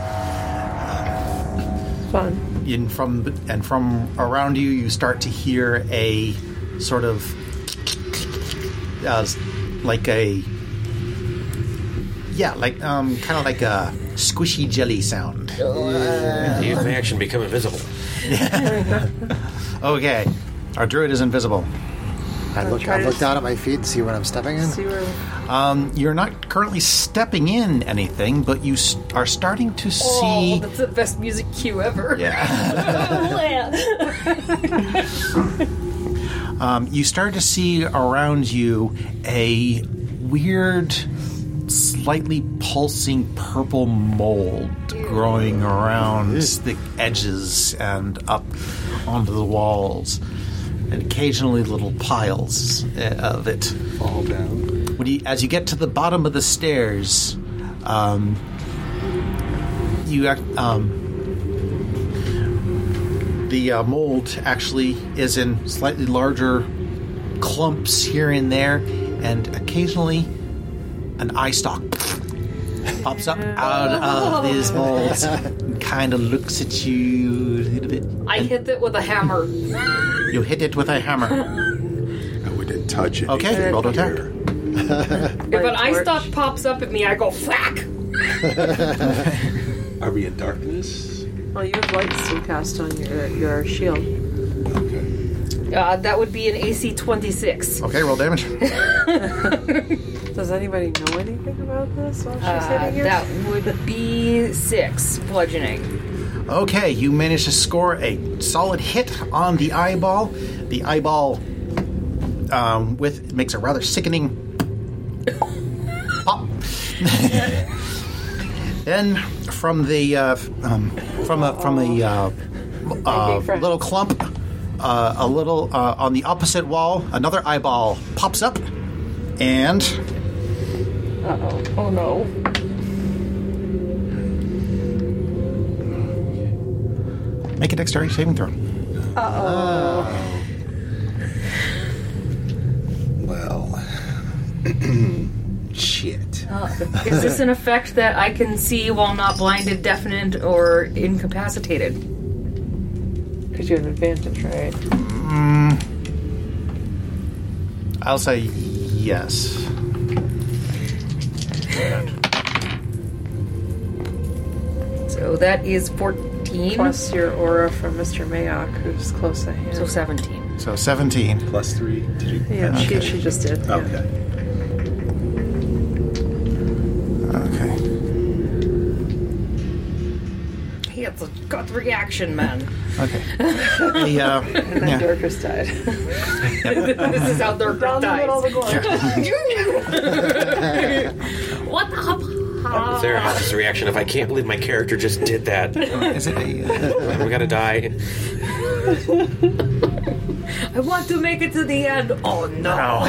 Fun. In from and from around you, you start to hear a sort of uh, s- like a yeah, like um, kind of like a squishy jelly sound. Use an action, become invisible. Okay, our druid is invisible. I look, try I to look s- down at my feet and see what I'm stepping in. See where You're not currently stepping in anything, but you s are starting to Oh, see. that's the best music cue ever. yeah. Um, you start to see around you a weird, slightly pulsing purple mold growing around the edges and up onto the walls, and occasionally little piles uh, of it. Fall down. When you, as you get to the bottom of the stairs, um, you act, um, the uh, mold actually is in slightly larger clumps here and there, and occasionally an eye stalk pops up out of these molds and kind of looks at you a little bit. I hit it with a hammer. You hit it with a hammer. No, we didn't touch Oh, it. Okay, roll to attack. If an Light eye torch. stalk pops up at me, I go whack. Are we in darkness? Well, you have light still cast on your your shield. Okay. Uh, that would be an AC 26. Okay, roll damage. Does anybody know anything about this while she's Uh, sitting here? that would be six bludgeoning. Okay, you manage to score a solid hit on the eyeball. The eyeball um, with makes a rather sickening pop. then from the uh, f- um, from a from a uh, uh, friends. little clump, uh, a little uh, on the opposite wall, another eyeball pops up, and Oh no. make a dexterity saving throw. Well. Shit. Um, Is this an effect that I can see while not blinded, deafened, or incapacitated? Because you have advantage, right? I'll say yes. So that is 14. Plus your aura from Mr. Mayock, who's close at hand. so 17. So seventeen. Plus three. Did you? yeah, she, she just did. yeah. Okay. Okay. Hey, it's a gut reaction, man. Okay. the, uh, And yeah. Dorcas died. this is how their gut dies. glory. What the Is there a host's reaction if I can't believe my character just did that? Is it a, uh, We're gonna die. I want to make it to the end. Oh no.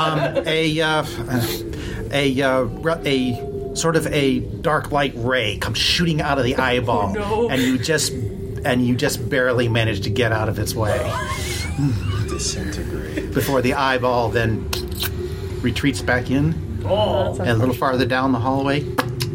um, a uh, a uh, re- a sort of a dark light ray comes shooting out of the eyeball, no. and you just and you just barely manage to get out of its way Disintegrate. before the eyeball then retreats back in. Oh, and a little farther down the hallway,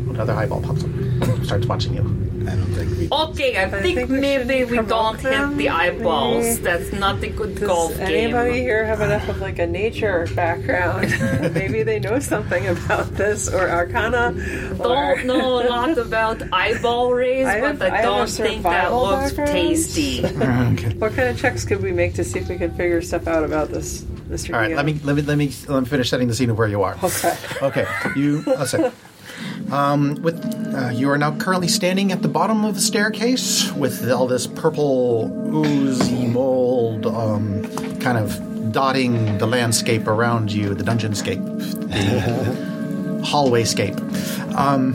another eyeball pops up, starts watching you. I don't think we. Okay, I, think, think we maybe should we don't provoke hit them, the eyeballs. maybe. That's not a good golf Does game. anybody here have enough of like a nature background? Maybe they know something about this or Arcana. or- Don't know a lot about eyeball rays, I have- but I I have a don't think that survival looks background. tasty. Okay. What kind of checks could we make to see if we could figure stuff out about this, Mr. All right, Mayock? let me let me let me let me finish setting the scene of where you are. Okay. Okay, you. I'll say. Um, with uh, you are now currently standing at the bottom of the staircase with all this purple oozy mold, um, kind of dotting the landscape around you, the dungeonscape, the hallwayscape. Um,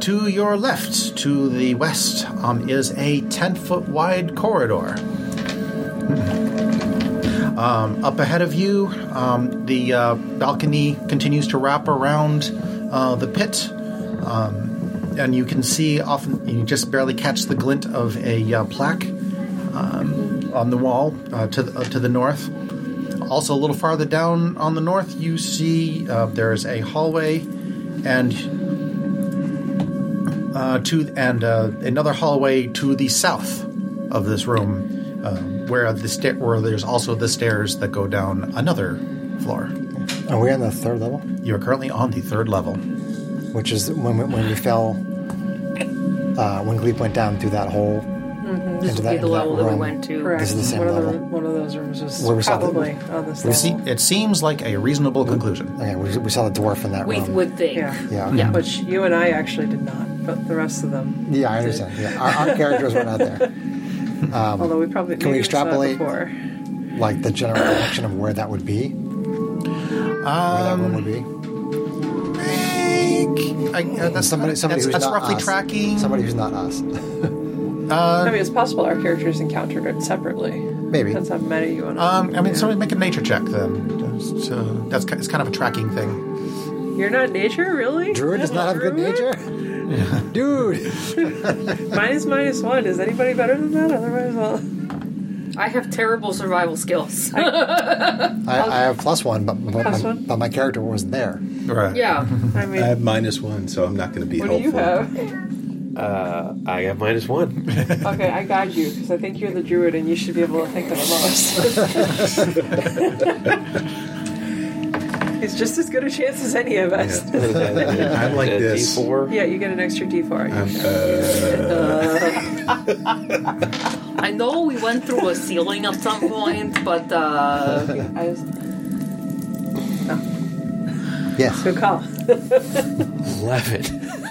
to your left, to the west, um, is a ten foot wide corridor. Up ahead of you, um, the uh, balcony continues to wrap around uh, the pit, um, and you can see often you just barely catch the glint of a uh, plaque um, on the wall uh, to the, uh, to the north. Also, a little farther down on the north, you see uh, there is a hallway and uh, to and uh, another hallway to the south of this room, uh, where the sta- where there's also the stairs that go down another floor. Are we on the third level? You are currently on the third level. Which is when we, when we fell, uh, when Gleep went down through that hole This into would that, be into the that level that we room. went to. Correct. This is the same one Of level. the, one of those rooms was Where we saw the- probably on this It, level. se- it seems like a reasonable conclusion. Okay, we, we saw the dwarf in that We room. would think. Yeah. yeah, okay. Yeah. Which you and I actually did not, but the rest of them. yeah, I did. understand. Yeah, our, our characters were not there. Although we probably Um, Can we maybe saw it extrapolate? before. Like the general direction of where that would be, where that room would be. I, uh, that's Somebody, somebody who's that's, that's not roughly us. tracking. Somebody who's not us. Uh, I mean, it's possible our characters encountered it separately. Maybe. Depends how many you want. to. Um, I mean, somebody make a nature check then. So that's ki- it's kind of a tracking thing. You're not nature, really? Um, Druid does not have good Druid? nature. Dude, Minus minus one. Is anybody better than that? Otherwise, well, I have terrible survival skills. I, I have plus one, but but, Plus my, one? but my character was there. Right. yeah. I I mean, have minus one, so I'm not going to be what do helpful. you have? Uh, I have minus one. Okay, I guide you because I think you're the druid and you should be able to think of the most. it's just as good a chance as any of us. Yeah, I'm like Uh, this. D4. you get an extra D4. I know we went through a ceiling at some point, but uh, I was, Yes. good call. Eleven.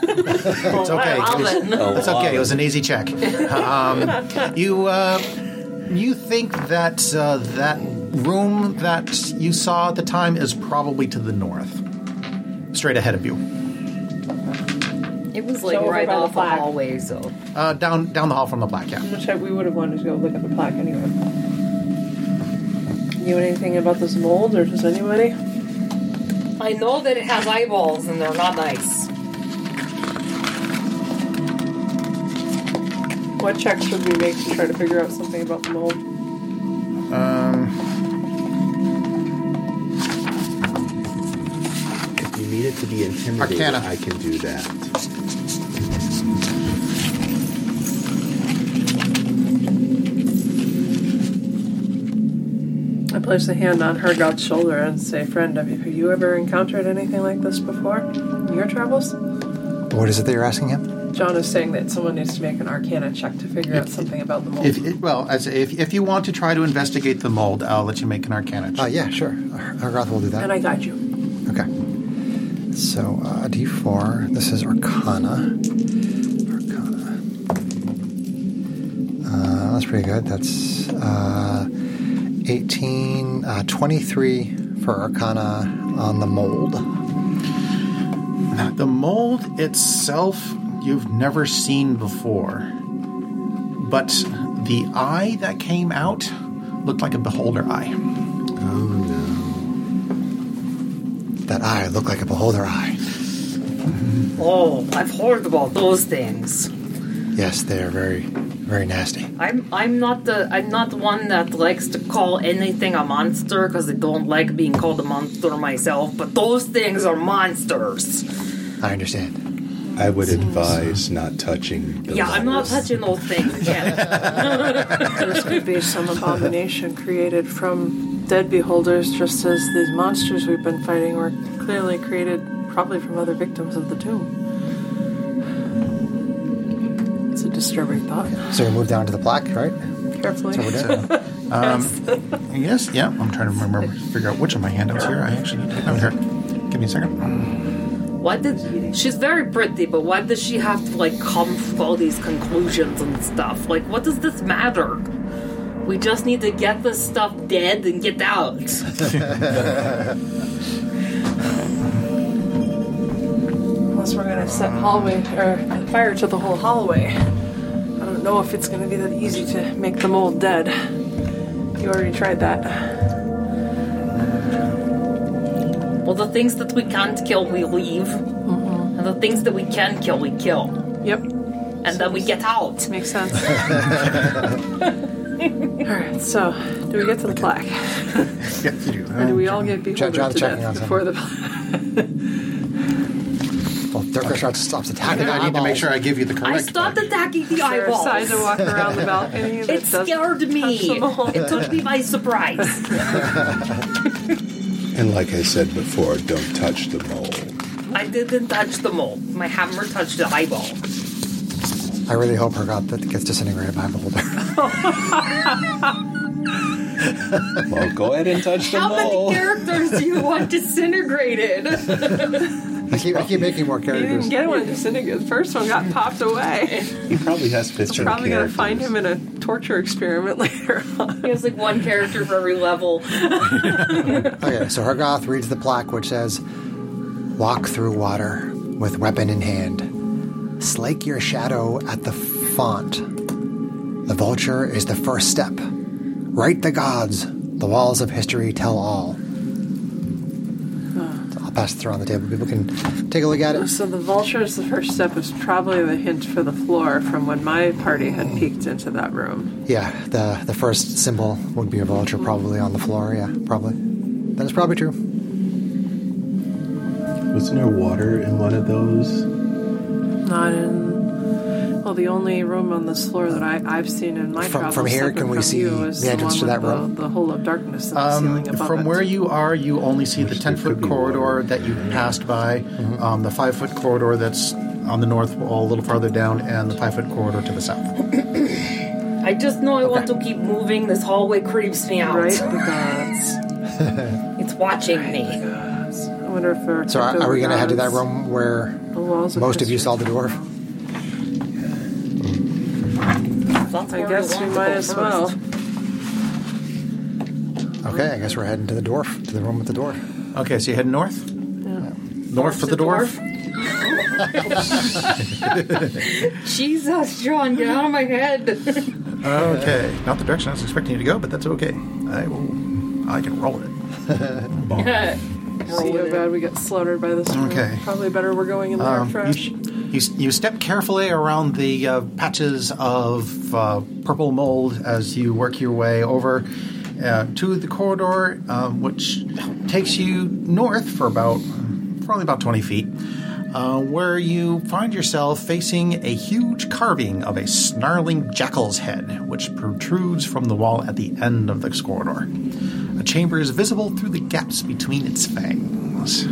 It's okay. I It was- love it. It's okay. It was an easy check. Um, you uh, you think that uh, that room that you saw at the time is probably to the north, straight ahead of you, It was like So right by the off the flag. hallway, so. uh, down down the hall from the black cat. Which I, we would have wanted to go look at the plaque anyway. You know anything about this mold, or does anybody? I know that it has eyeballs and they're not nice. What checks should we make to try to figure out something about the mold? If you need it to be intimidated, Arcana. I can do that. I place a hand on her god's shoulder and say, "Friend, have you, have you ever encountered anything like this before in your travels?" What is it that you're asking him? John is saying that someone needs to make an Arcana check to figure out something about the mold. If it, well, as if if you want to try to investigate the mold, I'll let you make an Arcana. Uh, check. yeah, sure. Hargoth will do that. and I got you. Okay. So uh, D4. This is Arcana. Arcana. Uh, that's pretty good. That's uh, 18, uh, 23 for Arcana on the mold. The mold itself you've never seen before, but the eye that came out looked like a beholder eye. That eye looked like a beholder eye. Oh, I've heard about those things. Yes, they are very, very nasty. I'm I'm not the I'm not one that likes to call anything a monster because I don't like being called a monster myself. But those things are monsters. I understand. I would advise not touching. The yeah, I'm not levels. touching those things. Yeah. This could be some abomination created from dead beholders, just as these monsters we've been fighting were clearly created probably from other victims of the tomb. It's a disturbing thought. So we move down to the plaque, right? Carefully. So we're down. Yes, yeah. I'm trying to remember, figure out which of my handouts here. I actually need to oh, here. Give me a second. why did she's very pretty, but why does she have to like come to all these conclusions and stuff? Like, what does this matter? We just need to get this stuff dead and get out. Unless we're gonna set hallway or fire to the whole hallway. I don't know if it's gonna be that easy to make the mold dead. You already tried that. Well, the things that we can't kill, we leave, and the things that we can kill, we kill, Yep, and then we get out. makes sense. Alright, so do we get to the plaque? Yeah, you do. Or do we all get beholden try the to checking on death something. before the plaque? Well, Durkashart stops attacking. I need to make sure I give you the correct. I stopped one. attacking the Or eyeballs. decide to walk around the balcony? that It doesn't scared touch me. them all? It took me by surprise. And like I said before, don't touch the mole. I didn't touch the mole. My hammer touched the eyeball. I really hope her got that gets disintegrated by Boulder. Well, go ahead and touch the How mole. many characters do you want disintegrated? I keep, I keep making more You characters. didn't get one disintegrated. The first one got popped away. He probably has 15 I'm probably going characters. to find him in a torture experiment later on. There's like one character for every level. Okay, so Hergoth reads the plaque which says, Walk through water with weapon in hand. Slake your shadow at the font. The vulture is the first step. Write the gods. The walls of history tell all. So I'll pass it through on the table. People can take a look at it. So the vulture is the first step is probably the hint for the floor from when my party Hmm. had peeked into that room. Yeah, the, the first symbol would be a vulture, probably on the floor. Yeah, probably. That is probably true. Wasn't there water in one of those? Not in. Well, the only room on this floor that I, I've seen in my From- travels from here, separate can we from see you is the entrance one to that with the- room? Um, The hole of darkness and the ceiling above Um, From it. where you are, you only see the Which ten there could foot be corridor water. that you passed by, um, the five foot corridor that's on the north wall, a little farther down, and the five foot corridor to the south. I just know I want to keep moving. This hallway creeps me out. Right? The gods. It's watching me. I wonder if there So are, are we going to head to that gods. room where The walls of most of you saw history. the dwarf? That's I where guess want we to go might as first. well. Okay, I guess we're heading to the dwarf, to the room with the dwarf. Okay, so you head north. North for the dwarf. Jesus, John, get out of my head. Okay, not the direction I was expecting you to go, but that's okay. I will. I can roll it. See how bad we got slaughtered by this room. Okay. Probably better we're going in there Um, fresh. Um, You, you, you step carefully around the uh, patches of uh, purple mold as you work your way over uh, to the corridor, um, which takes you north for about probably about 20 feet, uh, where you find yourself facing a huge carving of a snarling jackal's head, which protrudes from the wall at the end of this corridor. A chamber is visible through the gaps between its fangs.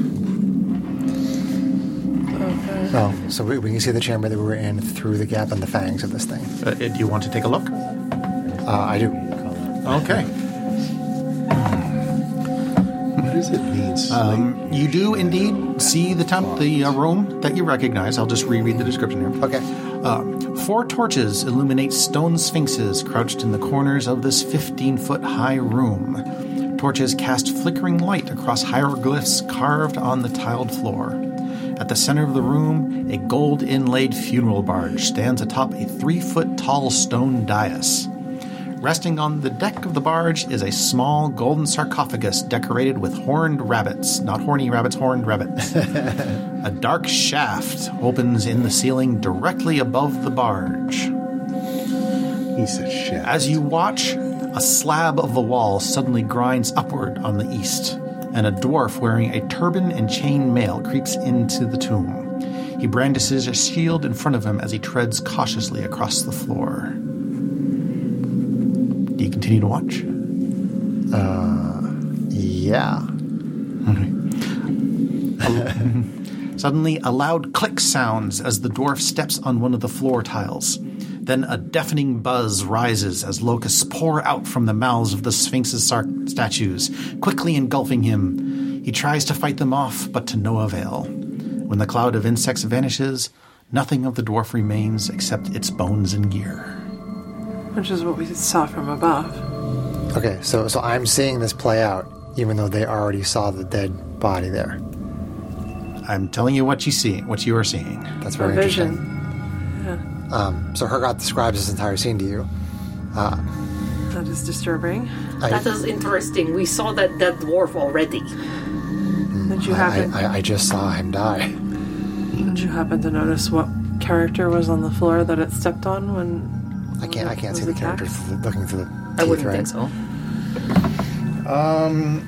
Oh, so we, we can see the chamber that we were in through the gap in the fangs of this thing. Uh, do you want to take a look? Uh, I do. Okay. What does it mean? Um, you do indeed see the temp- the uh, room that you recognize. I'll just reread the description here. Okay. Uh, four torches illuminate stone sphinxes crouched in the corners of this 15 foot high room. Torches cast flickering light across hieroglyphs carved on the tiled floor. At the center of the room, a gold inlaid funeral barge stands atop a three foot tall stone dais. Resting on the deck of the barge is a small golden sarcophagus decorated with horned rabbits. Not horny rabbits, horned rabbits. a dark shaft opens in the ceiling directly above the barge. He's a shit. As you watch, a slab of the wall suddenly grinds upward on the east, and a dwarf wearing a turban and chain mail creeps into the tomb. He brandishes a shield in front of him as he treads cautiously across the floor. Do you continue to watch? Yeah. Suddenly, a loud click sounds as the dwarf steps on one of the floor tiles. Then a deafening buzz rises as locusts pour out from the mouths of the Sphinx's sar- statues, quickly engulfing him. He tries to fight them off, but to no avail. When the cloud of insects vanishes, nothing of the dwarf remains except its bones and gear. Which is what we saw from above. Okay, so so I'm seeing this play out, even though they already saw the dead body there. I'm telling you what you see, what you are seeing. That's A very interesting. vision. So Hergoth describes this entire scene to you. That is disturbing. That is interesting. We saw that dead dwarf already. Did you I, happen I, I just saw him die. did you happen to notice what character was on the floor that it stepped on when I can't. I can't see the Those characters attacks? through the- looking through the. I teeth, wouldn't right?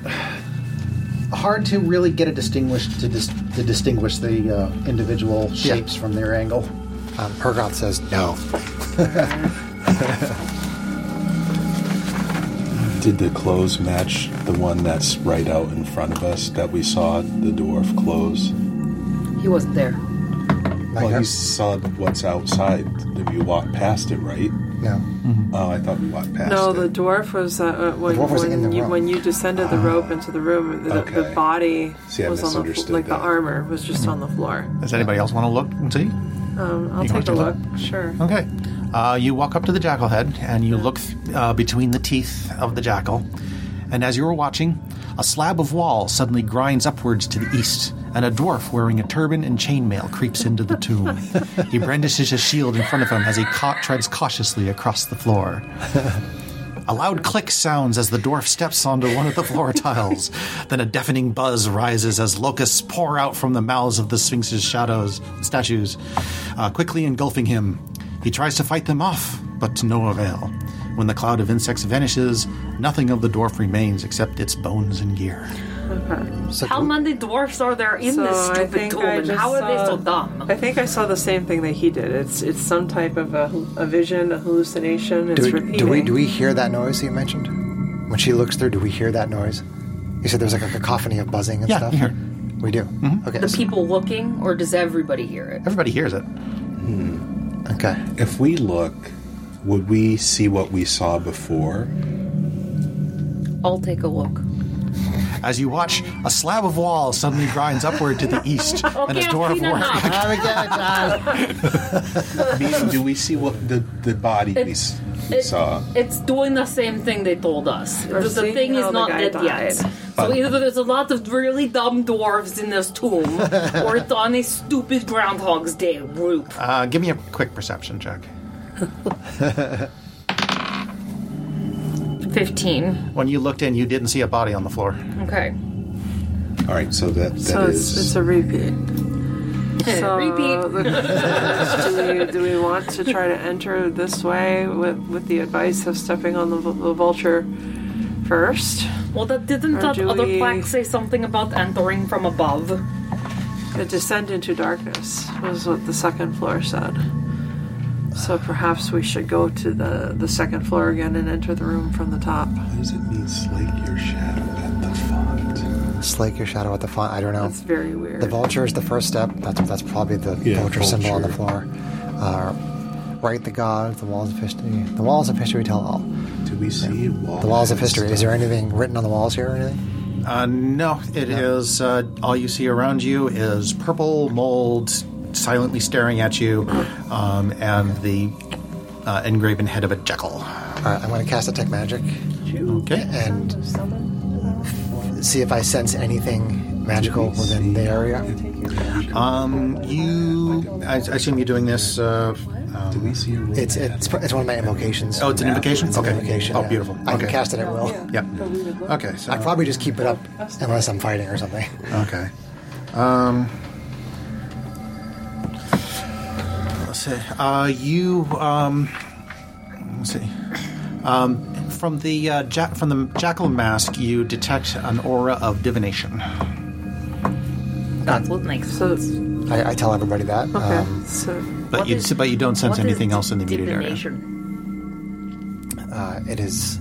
think so. Hard to really get a distinguish to, dis- to distinguish the uh, individual shapes from their angle. Um, Hergoth says no. Did the clothes match the one that's right out in front of us that we saw the dwarf close? He wasn't there. Well, you saw what's outside. Did you walk past it, right? No. Oh, I thought we walked past No, it. the dwarf was uh, uh, when, dwarf was when, in the you, room. Ah. when you descended the rope into the room, the, the Okay. body See, I was on the fl- misunderstood like that. the armor was Mm-hmm. just on the floor. Does anybody else want to look and see? Um, I'll You take want a to do look. Oh, Sure. Okay. Uh, you walk up to the jackal head and you look uh, between the teeth of the jackal. And as you were watching, a slab of wall suddenly grinds upwards to the east, and a dwarf wearing a turban and chainmail creeps into the tomb. he brandishes his shield in front of him as he ca- treads cautiously across the floor. A loud click sounds as the dwarf steps onto one of the floor tiles. Then a deafening buzz rises as locusts pour out from the mouths of the Sphinx's shadows, statues, uh, quickly engulfing him. He tries to fight them off, but to no avail. When the cloud of insects vanishes, nothing of the dwarf remains except its bones and gear. So How many dwarfs are there in So this I stupid think tomb, I and just how are they saw- so dumb? I think I saw the same thing that he did. It's it's some type of a, a vision, a hallucination. It's do, we, repeating. do we do we hear that noise you mentioned? When she looks through, do we hear that noise? You said there's like a cacophony of buzzing and Yeah, stuff. you hear it. We do. Okay. The so- people looking, or does everybody hear it? Everybody hears it. okay. If we look, would we see what we saw before? I'll take a look. As you watch, a slab of wall suddenly grinds upward to the east, and a Okay, I've dwarf seen wearing enough. Have a good time. I mean, do we see what the, the body we, s- we It- saw? It's doing the same thing they told us. The, Or the seeing thing how is the not guy dead died. yet. So either there's a lot of really dumb dwarves in this tomb, or it's on a stupid Groundhog's Day route. Uh, give me a quick perception check. 15. When you looked in, you didn't see a body on the floor. Okay. All right, so that that is. So it's, it's a repeat. So Repeat. the question is, do, we, do we want to try to enter this way with, with the advice of stepping on the, vul- the vulture first? Well, that didn't Or that do other we- plaque say something about entering from above? The descend into darkness was what the second floor said. So perhaps we should go to the, the second floor again and enter the room from the top. What does it mean, slake your shadow at the font? Slake your shadow at the font. I don't know. That's very weird. Oh. The vulture is the first step. That's that's probably the Yeah, vulture, symbol on the floor. vulture. Uh, write the gods. The walls of history. The walls of history tell all. Do we see walls? The walls of and history. Is there stuff? anything written on the walls here or anything? Uh, no, it is. Uh, all you see around you is purple mold silently staring at you, um, and the uh, engraven head of a jackal. All right. I'm going to cast detect magic Okay. and see if I sense anything magical within the area. Um, you. I, I assume you're doing this. Uh, Do we see a room? It's it's it's one of my invocations. oh, it's an invocation. It's an okay. invocation, Oh, yeah. beautiful. I okay. can cast it at will. Yeah. Okay. So. I probably just keep it up unless I'm fighting or something. Okay. Um, let's see. Uh, you um, let's see. Um, from the uh, ja- from the jackal mask, you detect an aura of divination. That's what makes sense. so, I, I tell everybody that. okay, Um, so But What you is- but you don't sense What is anything else in the immediate area. divination? uh, it is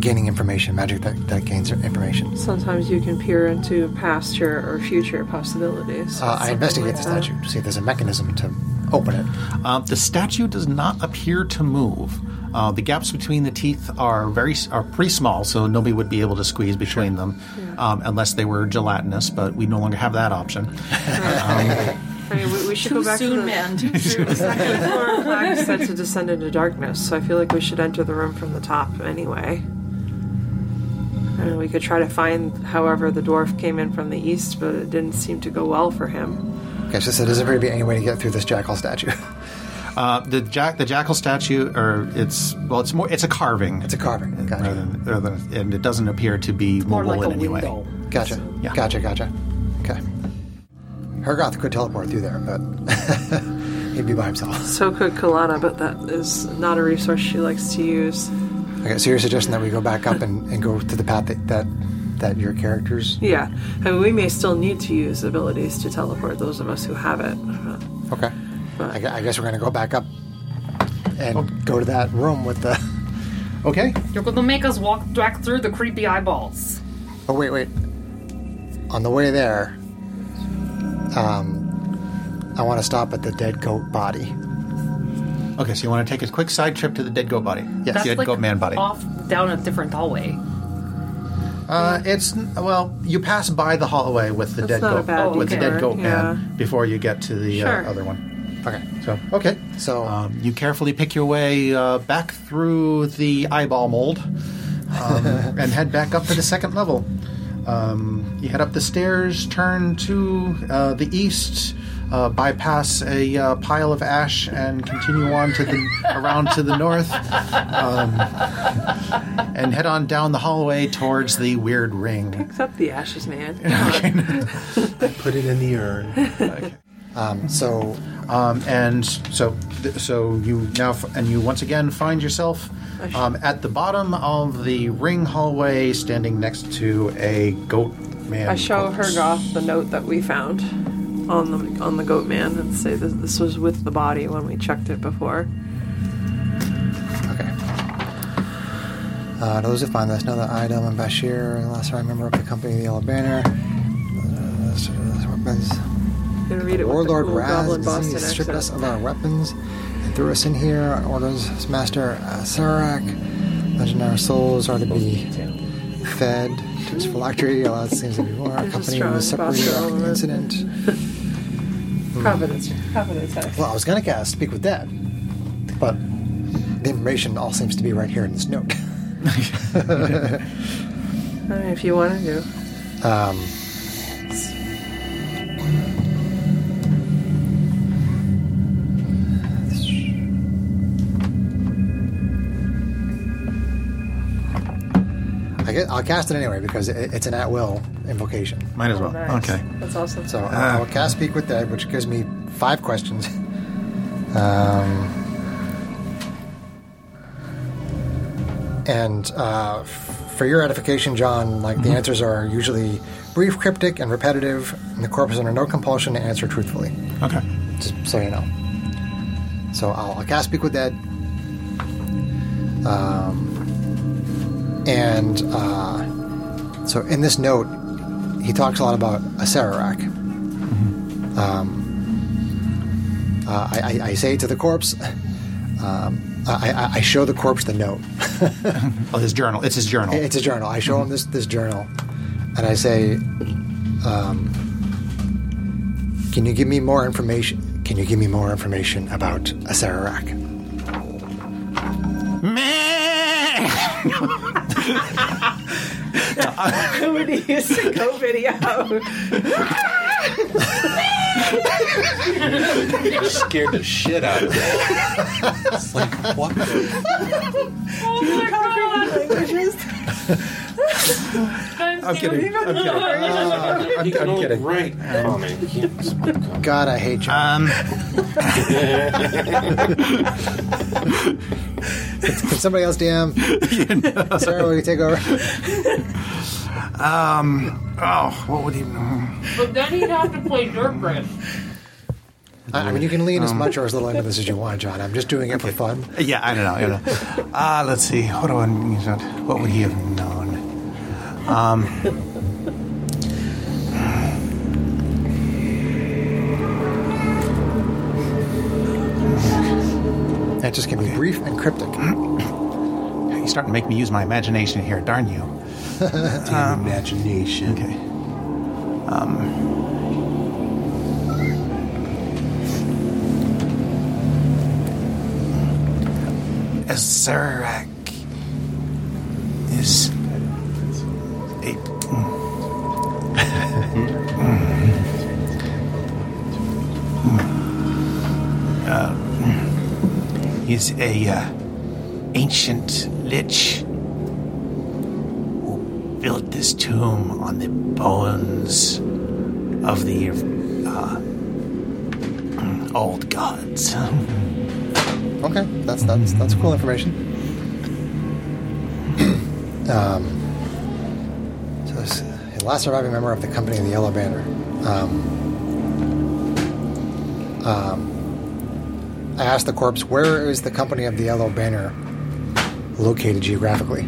gaining information, magic that, that gains information. sometimes you can peer into past your or future possibilities. Uh, I investigate the statue to see if there's a mechanism to open it. Uh, the statue does not appear to move. Uh, the gaps between the teeth are very s- are pretty small, so nobody would be able to squeeze between them, um, unless they were gelatinous. But we no longer have that option. Um, I mean, we, we should Too go back soon, to the man. the second floor plaque said to descend into darkness, so I feel like we should enter the room from the top anyway. And we could try to find, however, the dwarf came in from the east, but it didn't seem to go well for him. Okay, so, so does there appear to be any way to get through this jackal statue? Uh, the jack, the jackal statue, or it's well, it's more, it's a carving, It's a carving. rather Gotcha. than, rather than, and it doesn't appear to be More mobile like a in any window. way. Gotcha. Yeah. Gotcha. Gotcha. Okay. Hergoth could teleport through there, but He'd be by himself. So could Kalana, but that is not a resource she likes to use. Okay, so you're suggesting that we go back up and, and go to the path that, that that your characters. Yeah, I mean, we may still need to use abilities to teleport those of us who have it. Okay. I, gu- I guess we're gonna go back up Oh. and go to that room with the. Okay. You're gonna make us walk back through the creepy eyeballs. Oh wait, wait. On the way there, um, I want to stop at the dead goat body. Okay, so you want to take a quick side trip to the dead goat body? Yes, That's dead like goat man body. off down a different hallway. Uh, it's well, you pass by the hallway with the That's dead not goat a bad with the dead detour, goat yeah. man before you get to the Sure. uh, other one. Okay. So okay, So Um, you carefully pick your way uh, back through the eyeball mold um, and head back up to the second level. Um, you head up the stairs, turn to uh, the east, uh, bypass a uh, pile of ash, and continue on to the around to the north, um, and head on down the hallway towards the weird ring. Except the ashes, man. Put it in the urn. um, so Um, and so, th- so you now f- and you once again find yourself um, at the bottom of the ring hallway, standing next to a goat man. Uh, I show Hergoth the note that we found on the on the goat man and say this, this was with the body when we checked it before. Okay. Uh, those who find this know that I, Delman Bashir, and last I remember, of the company of the Yellow Banner. Uh, so those weapons. I'm gonna read it. Warlord with the cool Goblin Raz Boston disease stripped us accent. of our weapons and threw us in here on orders of Master uh, Sarak. Imagine our souls are to be fed to its phylactery, although it seems to be more. Our There's a company strong was separated possibility. after the incident. Providence. Providence. Well, I was going to cast Speak with Dead, but the information all seems to be right here in this note. I mean, if you want to do. Um, I guess, I'll cast it anyway because it, it's an at will invocation. Might as well. Nice. Okay. That's awesome. So I'll cast Speak with Dead, which gives me five questions. Um, and uh, f- for your edification, John, like the answers are usually brief, cryptic, and repetitive, and the corpus is under no compulsion to answer truthfully. Okay. Just so you know. So I'll, I'll cast Speak with Dead. Um, and uh, so in this note, he talks a lot about a Sararak. Um, uh, I, I, I say to the corpse, um, I, I, I show the corpse the note. Oh, his journal. It's his journal. It's a journal. I show him this this journal, and I say, um, "Can you give me more information? Can you give me more information about a Sararak?" Man! I would use the goat video. You scared the shit out of me. It's like, what the? I'm kidding. I'm kidding. You can I'm only kidding. write comment. You can't speak comment. God, I hate you. Um, Can somebody else DM? Sarah, will you take over? oh, what would even? But then he'd have to play Dirtbread. I, I mean, you can lean as much or as little into this as you want, John. I'm just doing it for fun. Yeah, I don't know. I don't know. Uh, Ah, let's see. What do I? What would he have known? That just can be brief and cryptic. You're starting to make me use my imagination here. Darn you. Um, Imagination. Okay. Um. Azurak is mm. a. Uh, is a uh, ancient lich built this tomb on the bones of the uh, and old gods. Okay, that's that's that's cool information. um, so this, the last surviving member of the company in the Yellow Banner. Um, um, I asked the corpse, "Where is the company of the Yellow Banner located geographically?"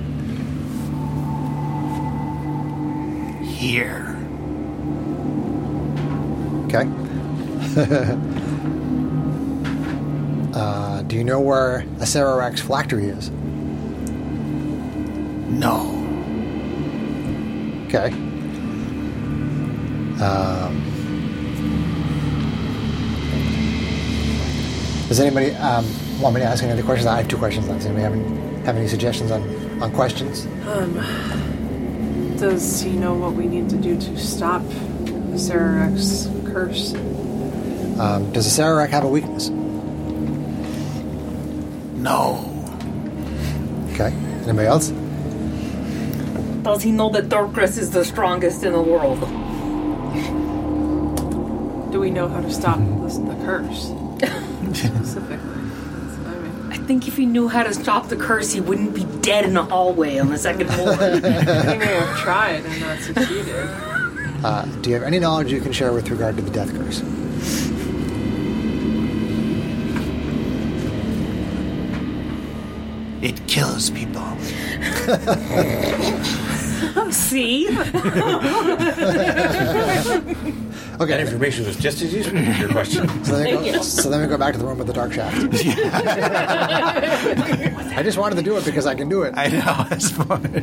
Here. Okay. uh, do you know where Acerarak's factory is? No. Okay. Um, does anybody um, want me to ask any other questions? I have two questions left. Does anybody have any, have any suggestions on, on questions? Does he know what we need to do to stop Zerak's curse? Um, does Acerarak have a weakness? No. Okay. Anybody else? Does he know that Darkness is the strongest in the world? Do we know how to stop this, the curse? Specifically. That's what I mean. I think if he knew how to stop the curse, he wouldn't be dead in a hallway on the second floor. He may have tried and not succeeded. Uh, do you have any knowledge you can share with regard to the death curse? It kills people. See? That Okay. information was just as useful as your question. So then, we go, so then we go back to the room with the dark shaft. I just wanted to do it because I can do it. I know, that's fine.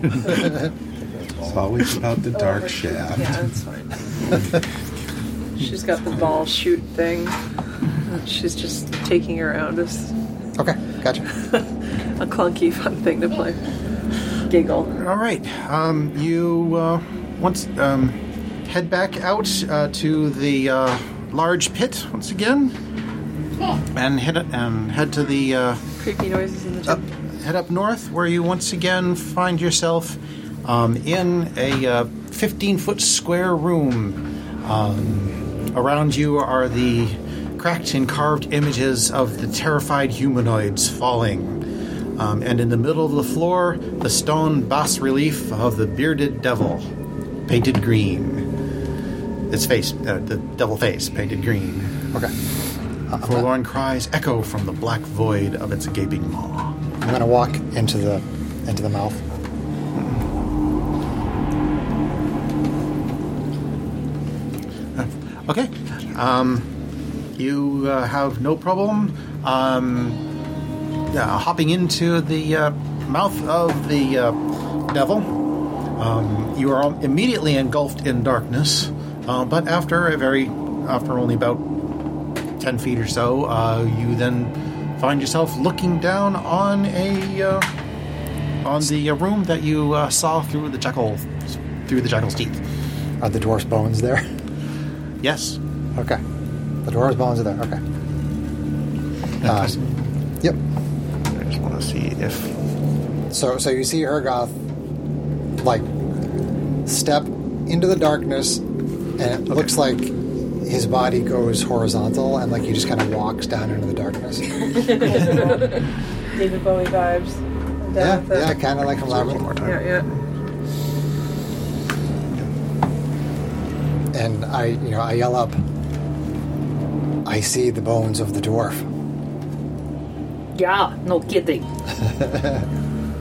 It's always about the dark shaft. Yeah, that's fine. She's got the ball shoot thing. She's just taking around. It's Okay, gotcha. a clunky, fun thing to play. Giggle. All right. Um, you uh, once um, head back out uh, to the uh, large pit once again, and head and head to the uh, Creepy noises in the up Oh. top. head up north, where you once again find yourself um, in a 15 foot square room. Um, around you are the cracked and carved images of the terrified humanoids falling. Um, and in the middle of the floor, the stone bas relief of the bearded devil, painted green. Its face, uh, the devil face, painted green. Okay. Forlorn cries echo from the black void of its gaping maw. I'm gonna walk into the into the mouth. Okay. Um, you uh, have no problem um, uh, hopping into the uh, mouth of the uh, devil. Um, you are immediately engulfed in darkness, uh, but after a very, after only about 10 feet or so, uh, you then find yourself looking down on a. Uh, on the uh, room that you uh, saw through the jackal, through the jackal's teeth. Are the dwarf's bones there? Yes. Okay. The dwarf's bones are there. Okay. Uh, yep. I just want to see if So so you see Ergoth like step into the darkness and it looks like his body goes horizontal and like he just kind of walks down into the darkness. David Bowie vibes. yeah, Death. yeah, kind of like a labyrinth. yeah, yeah. and I, you know, I yell up. I see the bones of the dwarf. yeah, no kidding.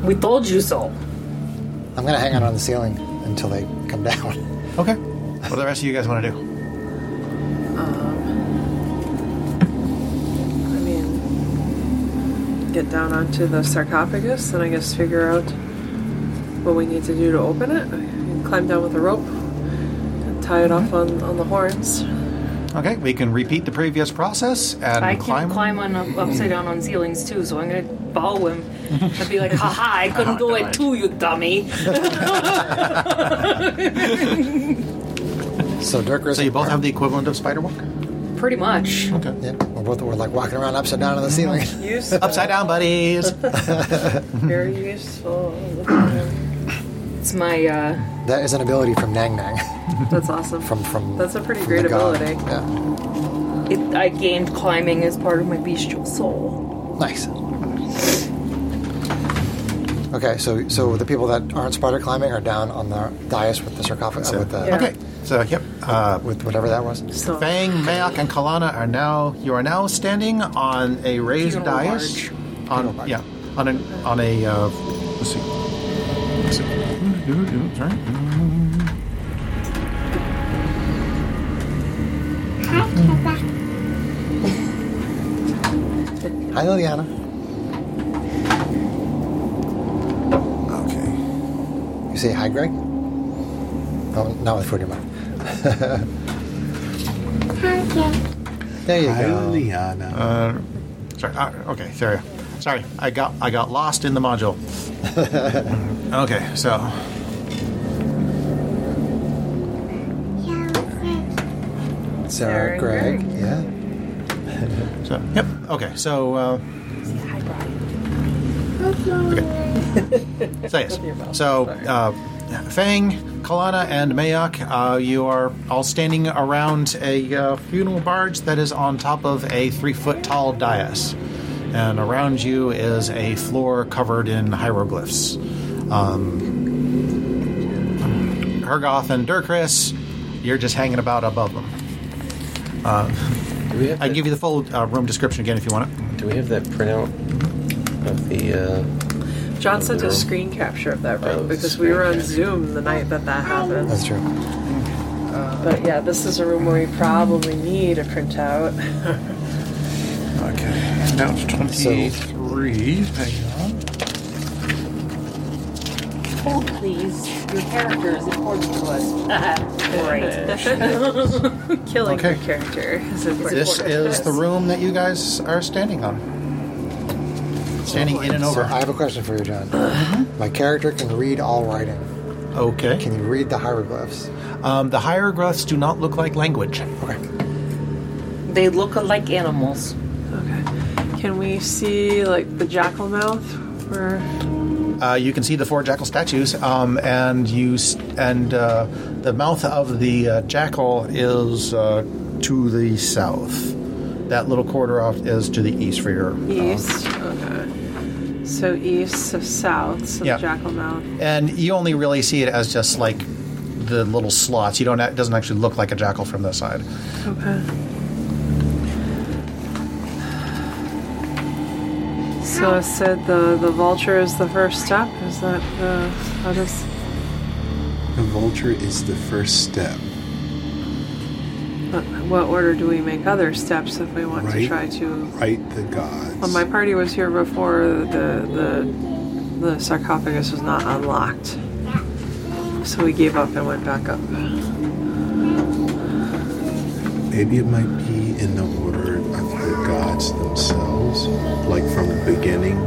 we told you so. I'm gonna hang out on the ceiling until they come down. Okay. What do the rest of you guys want to do? I mean, get down onto the sarcophagus and I guess figure out what we need to do to open it. And climb down with a rope, tie it off on, on the horns. Okay, we can repeat the previous process and I climb. can climb on up- upside down on ceilings too, so I'm gonna bow him and be like, haha, I couldn't Oh, do it too, you dummy. So Dirk So you both have the equivalent of spider walk. Pretty much. Yeah, we're both we're like walking around upside down on the ceiling. Useful. Upside down, buddies. Very useful. It's my, uh, that is an ability from Nang Nang, That's awesome. from from. That's a pretty from great the god. ability. Yeah. It, I gained climbing as part of my bestial soul. Nice. Okay, so so the people that aren't spider climbing are down on the dais with the sarcophagus, uh, with the Okay, so yep. Uh, with whatever that was. So Fang, Mayak, and Kalana are now. You are now standing on a raised Funeral dais. barge. On yeah, on a on a. Uh, let's see. Let's see. Sorry. Hi, Liliana. Okay. You say hi, Greg. No, not with food in your mouth. There you Hi, go. Liliana. Sorry. Uh, okay. Sorry. Sorry. I got I got lost in the module. okay. So. Sarah, Sarah, Greg. Yeah. So yep. Okay. So. Uh, Okay. so yes. So uh, Fang, Kalana, and Mayak, uh, you are all standing around a uh, funeral barge that is on top of a three-foot-tall dais, and around you is a floor covered in hieroglyphs. Um, Hergoth and Durkris, you're just hanging about above them. Do we have I that- can give you the full uh, room description again if you want it. Do we have that printout of the? Uh, John sent a screen capture of that room Oh, because we were on screen capture. Zoom the night that that happened. That's true. But yeah, this is a room where we probably need a printout. Okay. Now it's 23. hold Oh, please. Your character is important to us. Great. Killing Okay. the character is important. This is the room that you guys are standing on. Standing in and So over. I have a question for you, John. My character can read all writing. Okay. Can you read the hieroglyphs? Um, the hieroglyphs do not look like language. Okay. they look like animals. Okay. Can we see like the jackal mouth? Or Uh, you can see the four jackal statues, um, and you s- and uh, the mouth of the uh, jackal is uh, to the south. That little corridor off is to the east for your. east? Okay. So east of south, so Yeah. the jackal mouth. And you only really see it as just like the little slots. You don't. It doesn't actually look like a jackal from this side. Okay. So I said the, the vulture is the first step. Is that the how does The vulture is the first step. what, what order do we make other steps if we want Right. to try to? Right, the gods. Well, my party was here before the the the sarcophagus was not unlocked, so we gave up and went back up. Maybe it might be in the order of the gods themselves, like from the beginning.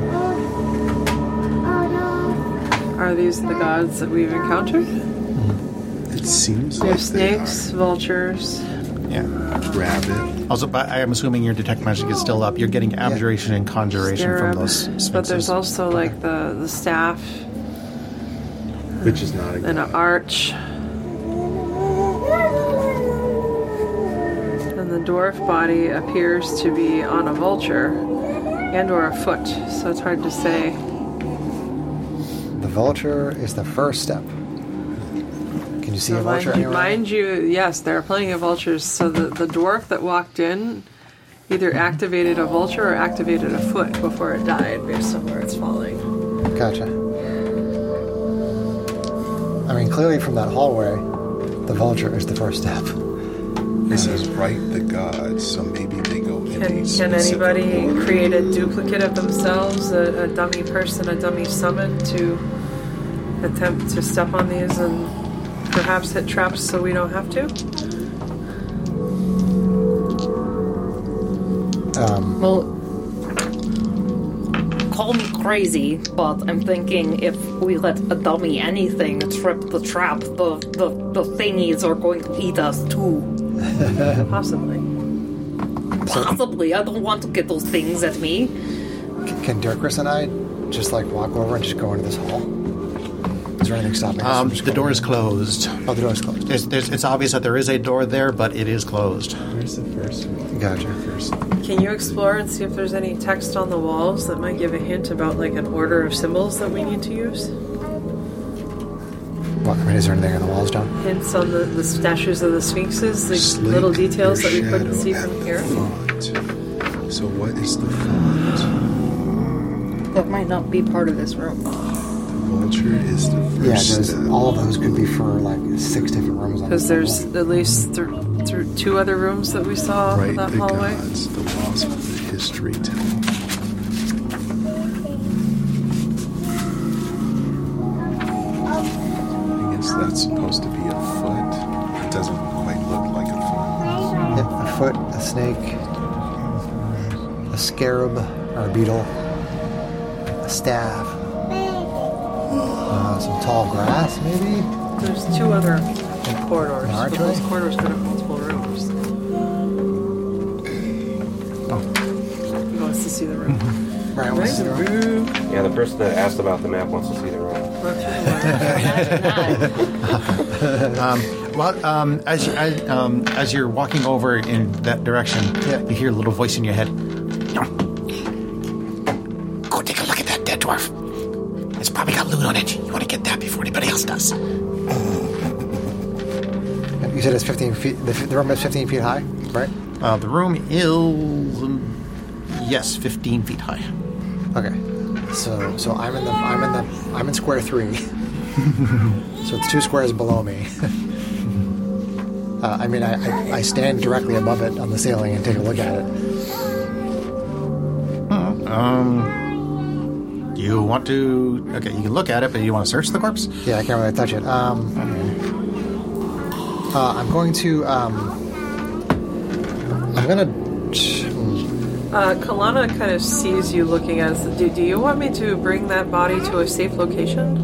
Are these the gods that we've encountered? It seems We like have snakes, vultures. Yeah. They are. Rabbit. Also, but I am assuming your detect magic is still up. You're getting abjuration and conjuration from scarab, those sphinxes. but there's also like the the staff Which is not a and an god. arch. And the dwarf body appears to be on a vulture and or a foot, so it's hard to say. The vulture is the first step. Can you see a Now, vulture mind, anywhere? mind you, yes, there are plenty of vultures. So the, the dwarf that walked in either activated a vulture or activated a foot before it died based on where it's falling. Gotcha. I mean, clearly from that hallway, the vulture is the first step. It says right the gods, so maybe they go in a Can, can specific anybody order. create a duplicate of themselves, a, a dummy person, a dummy summon to attempt to step on these and perhaps hit traps so we don't have to? Well, call me crazy, but I'm thinking if we let a dummy anything trip the trap, the the, the thingies are going to eat us too. Possibly. Possibly. I don't want to get those things at me. C- Can Dirkris and I just like walk over and just go into this hall? Just there anything stopping us? Um, the door is closed. oh, the door's closed. There's, there's, it's obvious that there is a door there, but it is closed. Where's the first one? Gotcha. First. Can you explore and see if there's any text on the walls that might give a hint about like an order of symbols that we need to use? What, I mean, is there anything on the walls, John? Hints on the, the statues of the sphinxes, the Slake little details that we your couldn't shadow see at from the here. Font. So what is the font? That might not be part of this room. The vulture is the Yeah, first there's, step. all of those could be for like six different rooms. on Because the there's wall. at least th- th- two other rooms that we saw off right of that the hallway. gods, the walls of the history tell. I guess that's supposed to be a foot. It doesn't quite look like a foot. Yep, a foot, a snake, a scarab or a beetle, a staff, uh, some tall grass, maybe. There's two other corridors. An but archway? those corridors could have multiple rooms. Oh. He wants to see the room. Right, what's There's the a room? room. Yeah, the person that asked about the map wants to see the room. Well, um, as, you- as, um, as you're walking over in that direction, Yeah. you hear a little voice in your head. Go take a look at that dead dwarf. It's probably got loot on it. You want to get that before anybody else does. You said it's 15 feet. The, the room is 15 feet high, right? Uh, the room is, yes, 15 feet high. Okay. So, so I'm in the, I'm in the, I'm in square three. so it's two squares below me. uh, I mean, I, I, I stand directly above it on the ceiling and take a look at it. Do you want to? Okay, you can look at it, but you want to search the corpse? Yeah, I can't really touch it. Um, uh, I'm going to. Um, I'm gonna. Uh, Kalana kind of sees you looking at us. Do, do you want me to bring that body to a safe location?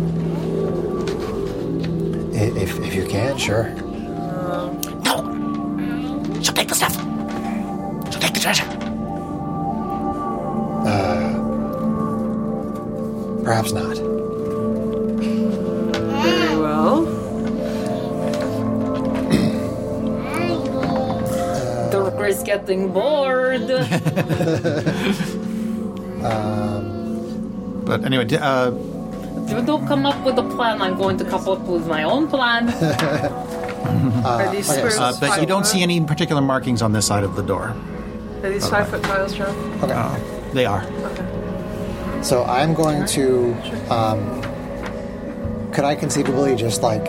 i- If, if you can, sure. No, she'll take the stuff. She'll take the treasure. Uh, perhaps not. Very well. Dorker is getting bored. But anyway, d- uh, If you don't come up with a plan, I'm going to come up with my own plan. Are these okay, squares? so- uh, but you five don't foot? see any particular markings on this side of the door. Are these five foot tiles, John? Okay. They are. So I'm going to. Um, could I conceivably just like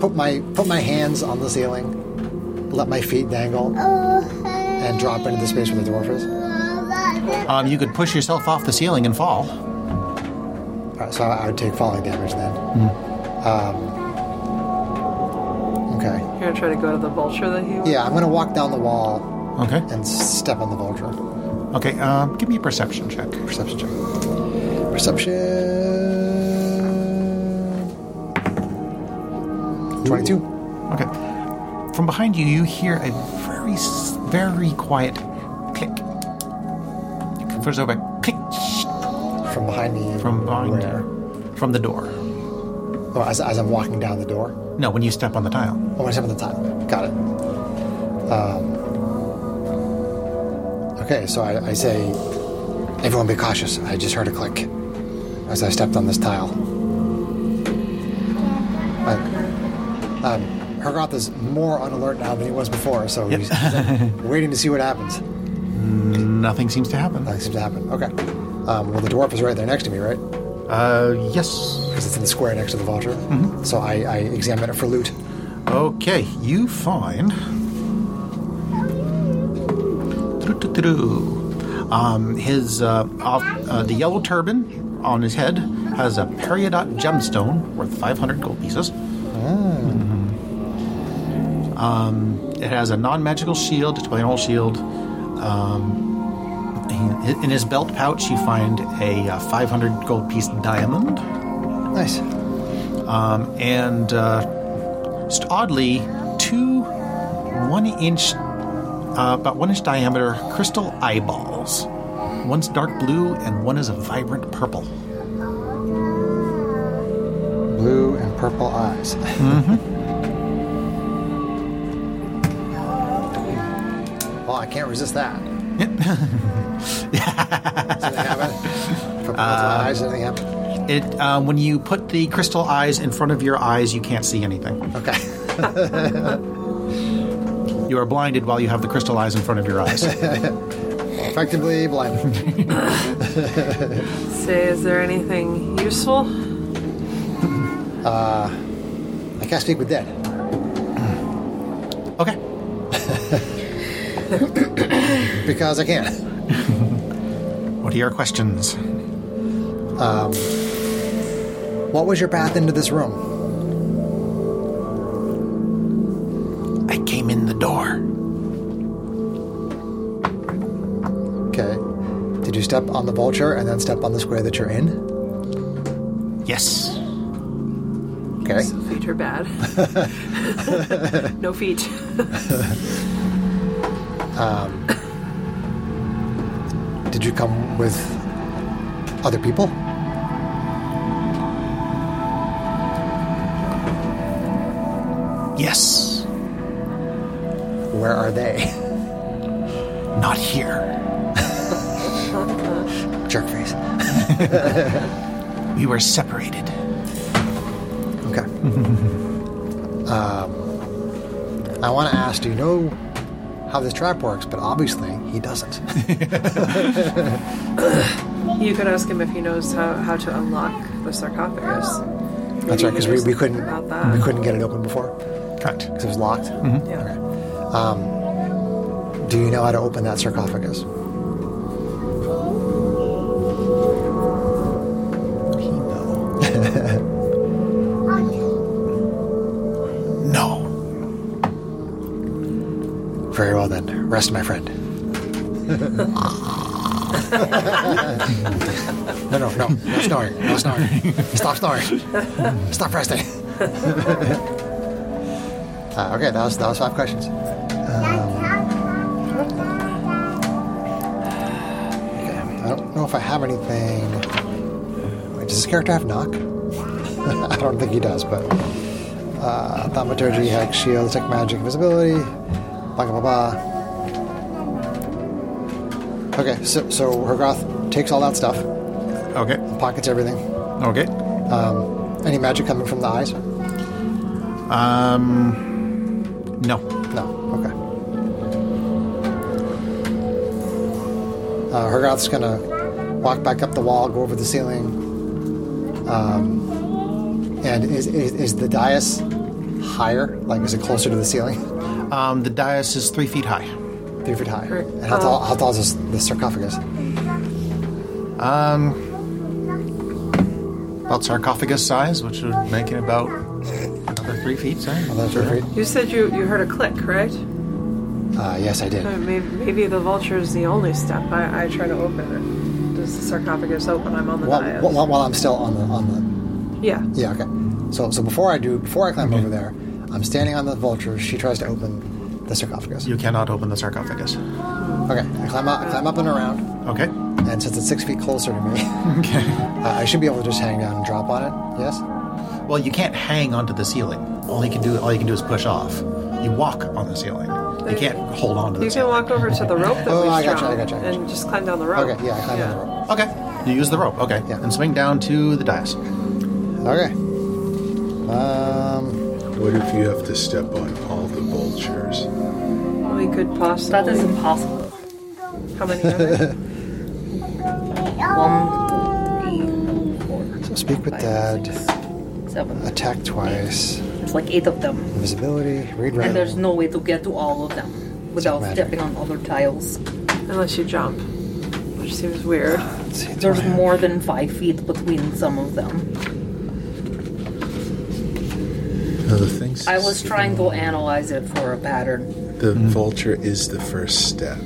put my put my hands on the ceiling, let my feet dangle, and drop into the space where the dwarf is? All Um, you could push yourself off the ceiling and fall. right, so I would take falling damage then. Um, okay. You're gonna try to go to the vulture that he was? Yeah, I'm gonna walk down the wall Okay. and step on the vulture. Okay. Uh, give me a perception check. Perception check. Perception. Twenty-two. Okay. From behind you, you hear a very, s- very quiet click. First over click From behind me. from behind where? you, from the door. Oh, as, as I'm walking down the door. No, when you step on the tile. Oh, I step on the tile. Got it. Um, okay, so I, I say, everyone be cautious. I just heard a click as I stepped on this tile. Uh, um, Hergoth is more on alert now than he was before, so he's, he's waiting to see what happens. Nothing seems to happen. Nothing seems to happen. Okay. Um, well, the dwarf is right there next to me, right? Uh, yes. Because it's in the square next to the vulture. Mm-hmm. So I, I examine it for loot. Okay, you find. Doo-doo-doo-doo. Um, his uh, off, uh, the yellow turban on his head has a periodot gemstone worth 500 gold pieces. Mhm. Um, it has a non-magical shield, a plain old shield. Um, in in his belt pouch, you find a uh, 500 gold piece diamond Nice. and uh, just oddly, two one-inch, uh, about one-inch diameter crystal eyeballs. One's dark blue, and one is a vibrant purple. blue and purple eyes. Well, I can't resist that. Does anything happen? Purple eyes, anything happen? It uh, when you put the crystal eyes in front of your eyes, you can't see anything. Okay. You are blinded while you have the crystal eyes in front of your eyes. Effectively blind. Say, is there anything useful? I can't speak with dead. okay. Because I can. What are your questions? What was your path into this room? I came in the door. Okay. Did you step on the vulture and then step on the square that you're in? Yes. Okay. Feet are bad. no feet. Did you come with other people? Yes. Where are they? Not here. Jerk face. We were separated. Okay. um, I want to ask, do you know how this trap works? But obviously, he doesn't. You could ask him if he knows how, how to unlock the sarcophagus. That's right, because we, we couldn't About that. we couldn't get it open before Correct. Mm-hmm. because it was locked. Um, Yeah. Do you know how to open that sarcophagus? No. Very well then. Rest, my friend. no, no, no, no snoring, no snoring. Stop snoring. Stop resting. uh, okay, that was that was five questions. Um, I don't know if I have anything. Wait, does this character have knock? I don't think he does, but uh, thaumaturgy, hex, shield, tech magic, invisibility, blah blah blah. blah. Okay, so so Hergoth takes all that stuff, Okay. pockets everything. Okay. Any magic coming from the eyes? No. No. Okay. Uh, Hergoth's gonna walk back up the wall, go over the ceiling. Um, and is, is, is the dais higher? Like, is it closer to the ceiling? Um, the dais is three feet high. Three feet high. Correct. And how tall, how tall is this, this sarcophagus? About sarcophagus size, which would make it about another three feet. Sorry. Another three feet? You said you, you heard a click, correct? Uh, yes, I did. Uh, Maybe, maybe the vulture is the only step. I, I try to open it. Does the sarcophagus open? I'm on the While, dais. while, while I'm still on the, on yeah. the. Yeah, okay. So, so before I do, before I climb over there, I'm standing on the vulture. She tries to open the sarcophagus. You cannot open the sarcophagus. Okay, I climb up, I climb up and around. Okay. And since it's six feet closer to me, Okay. uh, I should be able to just hang down and drop on it. Yes. Well, you can't hang onto the ceiling. All you can do, all you can do is push off. You walk on the ceiling. You can't hold on to the You can ceiling. walk over to the rope that Oh, we I strung gotcha, I gotcha, I gotcha. and just climb down the rope. Okay. Yeah, I climbed down Okay. You use the rope. Okay. Yeah. And swing down to the dais. the rope. Okay. Um, What if you have to step on all the vultures? rope. We could possibly. That is impossible. How many are there? One, so speak with five, dad. six, seven. Attack twice. It's like eight of them, Invisibility. Read and there's writing. no way to get to all of them without Magic. stepping on other tiles. Unless you jump, which seems weird. There's more than five feet between some of them. No, the things I was trying to analyze it for a pattern. The vulture is the first step.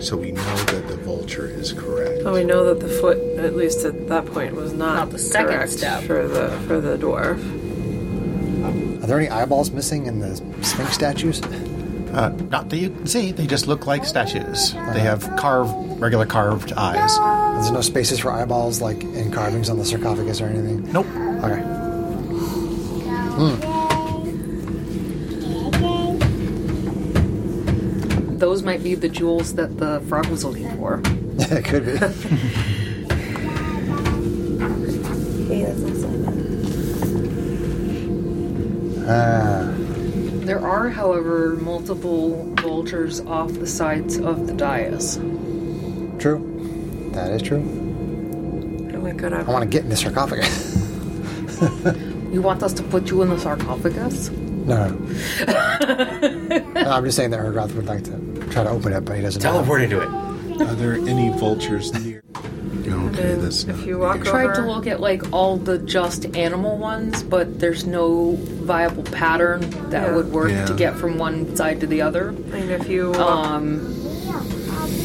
so we know that the vulture is correct. Well, we know that the foot, at least at that point, was not, Not the second correct step. for the for the dwarf. Are there any eyeballs missing in the Sphinx statues? Uh, not that you can see. They just look like statues. Uh-huh. They have carved, regular carved eyes. There's no spaces for eyeballs, like in carvings on the sarcophagus or anything. Nope. Okay. Those might be the jewels that the frog was looking for. it could be. Hey, that looks like it. There are, however, multiple vultures off the sides of the dais. True. That is true. Oh my god, I I'm, want to get in the sarcophagus. You want us to put you in the sarcophagus? no, no, no. No, I'm just saying that Ergoth would like to try to open it, but he doesn't. know. Teleport into it. Are there any vultures near? Okay, that's if not you walk near. Tried to over- look at like all the just animal ones, but there's no viable pattern that Yeah. would work to Yeah. get from one side to the other. and if you walk, Um, uh,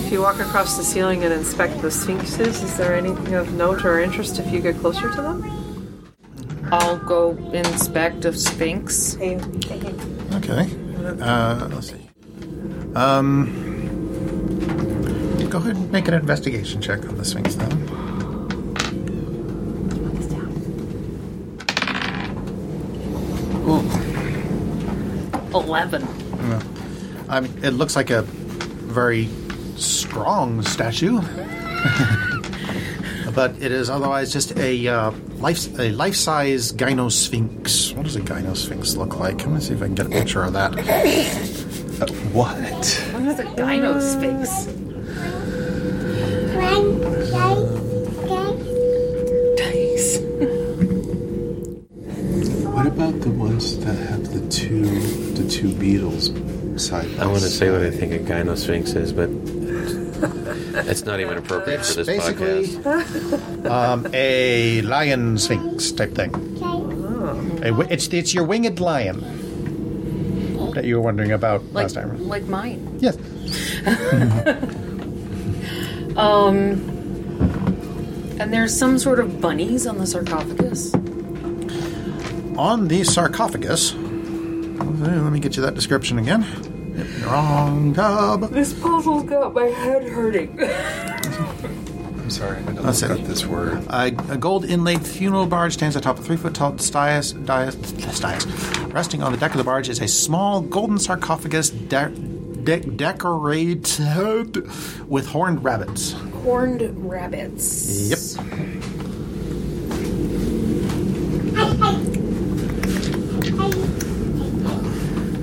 if you walk across the ceiling and inspect the sphinxes, is there anything of note or interest if you get closer to them? I'll go inspect a sphinx. Hey, thinking. Okay. Uh, let's see. Um, go ahead and make an investigation check on the Sphinx then. Put this down. Eleven. I mean, it looks like a very strong statue, but it is otherwise just a uh, life a life size gyno sphinx. What does a gyno sphinx look like? Let me see if I can get a picture of that. What? What is a dino sphinx? Dice. What about the ones that have the two the two beetles side by I want to side? say what I think a gyno sphinx is, but it's not even appropriate for this Basically, podcast. um, a lion sphinx type thing. A wi- it's it's your winged lion that you were wondering about Like, last time. like mine. Yes. And there's some sort of bunnies on the sarcophagus. on the sarcophagus. Let me get you that description again. Yep, Wrong tab. This puzzle's got my head hurting. I'm sorry, I don't That's got it. this word. A, a gold inlaid funeral barge stands atop a three foot tall dais, dais, dais. Resting on the deck of the barge is a small golden sarcophagus de- de- decorated with horned rabbits. Horned rabbits. Yep.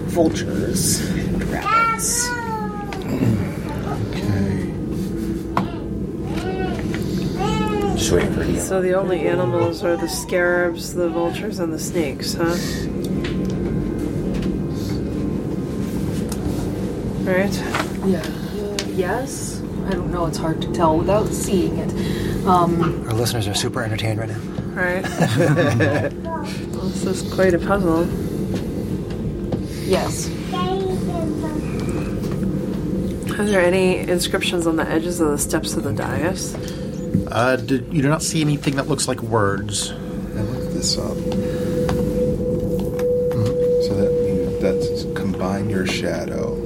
Vultures. and Rabbits. Just waiting for you. So the only animals are the scarabs, the vultures, and the snakes, huh? Right. Yeah. yes. I don't know. It's hard to tell without seeing it. Um, Our listeners are super entertained right now. Right. this is quite a puzzle. yes. Are there any inscriptions on the edges of the steps of the dais? Uh, do, you do not see anything that looks like words. I looked this up. So that means that's combine your shadow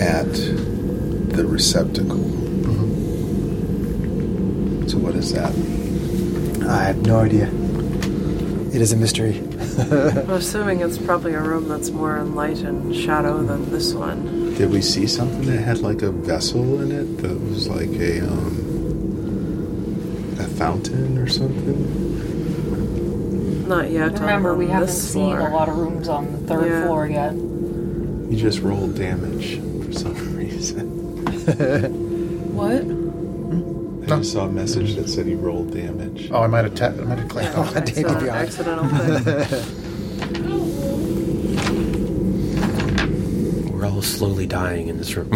at the receptacle. Mm-hmm. So what does that mean? I have no idea. It is a mystery. I'm assuming it's probably a room that's more in light and shadow than this one. Did we see something that had like a vessel in it that was like a um a fountain or something? Not yet. on- Remember, we on haven't this seen floor. a lot of rooms on the third Yeah. floor yet. You just rolled damage for some reason. What? I just saw a message that said he rolled damage. Oh, I might have, ta- I might have clicked off. Accidental- DPI. accidental thing. We're all slowly dying in this room.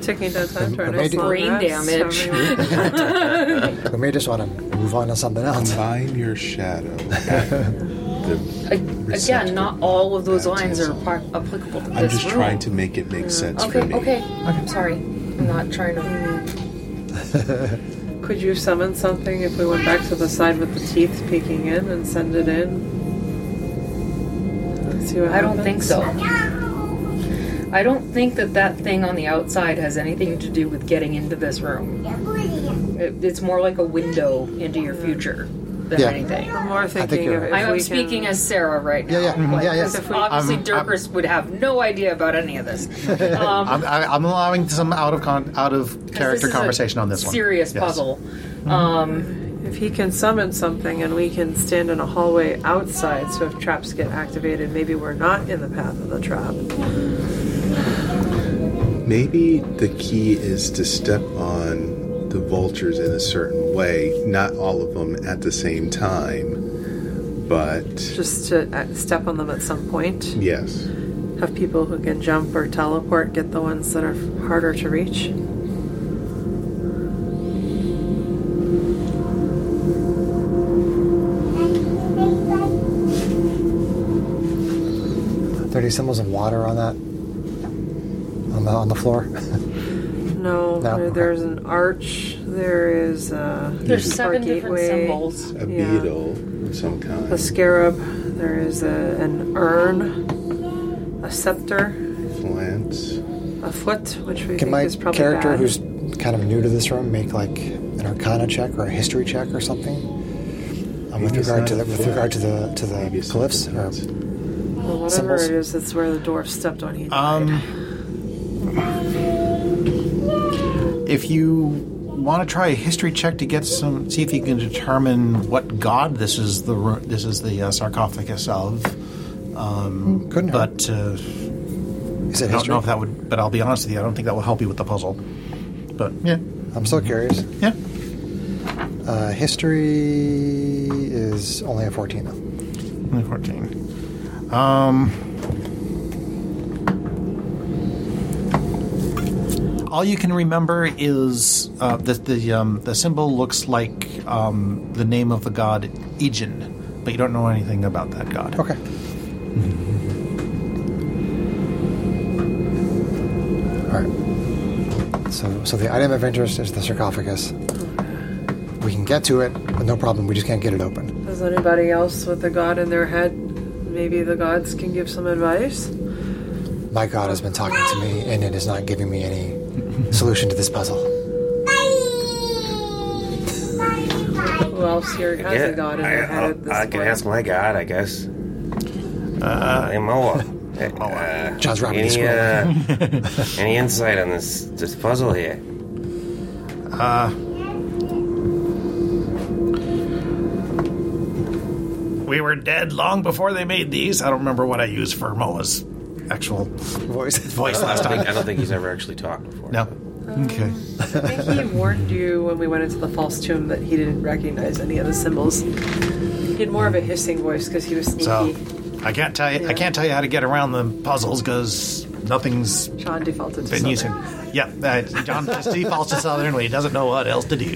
Taking that time to Maybe- slow Brain rest, damage. having- We may just want to move on to something else. Combine your shadow at the Again, not all of those lines are Receptacle. par- applicable to I'm this just room. Mm, trying to make it make sense Okay, for me. okay. I'm sorry. I'm not trying to. Could you summon something if we went back to the side with the teeth peeking in and send it in? Let's see what I don't happens. think so. I don't think that that thing on the outside has anything to do with getting into this room. It, it's more like a window into your future. than Yeah. anything. I'm more thinking you're of right. if I'm we speaking can, as Sarah right now. Yeah, yeah, mhm, Like, yeah, yeah. 'cause If we- obviously, I'm- Durkers would have no idea about any of this. Um, I'm, I, I'm allowing some out of con- out of character this is a conversation on this one. Serious Yes. puzzle. Um, if he can summon something and we can stand in a hallway outside, so if traps get activated, maybe we're not in the path of the trap. Maybe the key is to step on the vultures in a certain way, not all of them at the same time, but Just to uh, step on them at some point. yes. Have people who can jump or teleport get the ones that are harder to reach. Thirty symbols of water on that. On the on the floor. No, No, there- okay. there's an arch. There is uh, a There's seven gateway, A Yeah. beetle of some kind. a scarab. There is a, an urn, a scepter, Flint. a foot, which we Can think my is probably character, bad. who's kind of new to this room, make like an Arcana check or a History check or something? Um, with Maybe it's regard to the not with foot. regard to the to Maybe the it's glyphs, something or else. well, whatever symbols? it is, that's where the dwarf stepped on. He died. Um, if you want to try a history check to get some, see if you can determine what god this is the ru- this is the uh, sarcophagus of. Um, couldn't hurt. but uh, is it I don't know history? if that would. But I'll be honest with you, I don't think that will help you with the puzzle. But yeah, I'm so curious. yeah. Uh, history is only a 14 though. Only 14. Um, all you can remember is uh, that the um, the symbol looks like um, the name of the god Ijin, but you don't know anything about that god. Okay. All right. So, so the item of interest is the sarcophagus. We can get to it with no problem. We just can't get it open. Does anybody else with a god in their head? Maybe the gods can give some advice. My God has been talking to me, and it is not giving me any solution to this puzzle. Who else here has a god in I, their head I'll- at this I can point? ask my god, I guess. Uh, hey, Moa. Hey, uh, John's robbing the any, scroll. uh, any insight on this this puzzle here? We were dead long before they made these. I don't remember what I used for Moa's actual Voice. voice last I, time. think, I don't think he's ever actually talked before. No. Okay. I think he warned you when we went into the false tomb that he didn't recognize any of the symbols. He had more of a hissing voice because he was sneaky. So Mm-hmm. I can't tell you. Yeah. I can't tell you how to get around the puzzles because nothing's Sean defaulted to been something. using. Yeah, uh, John just defaults to Southern when he doesn't know what else to do.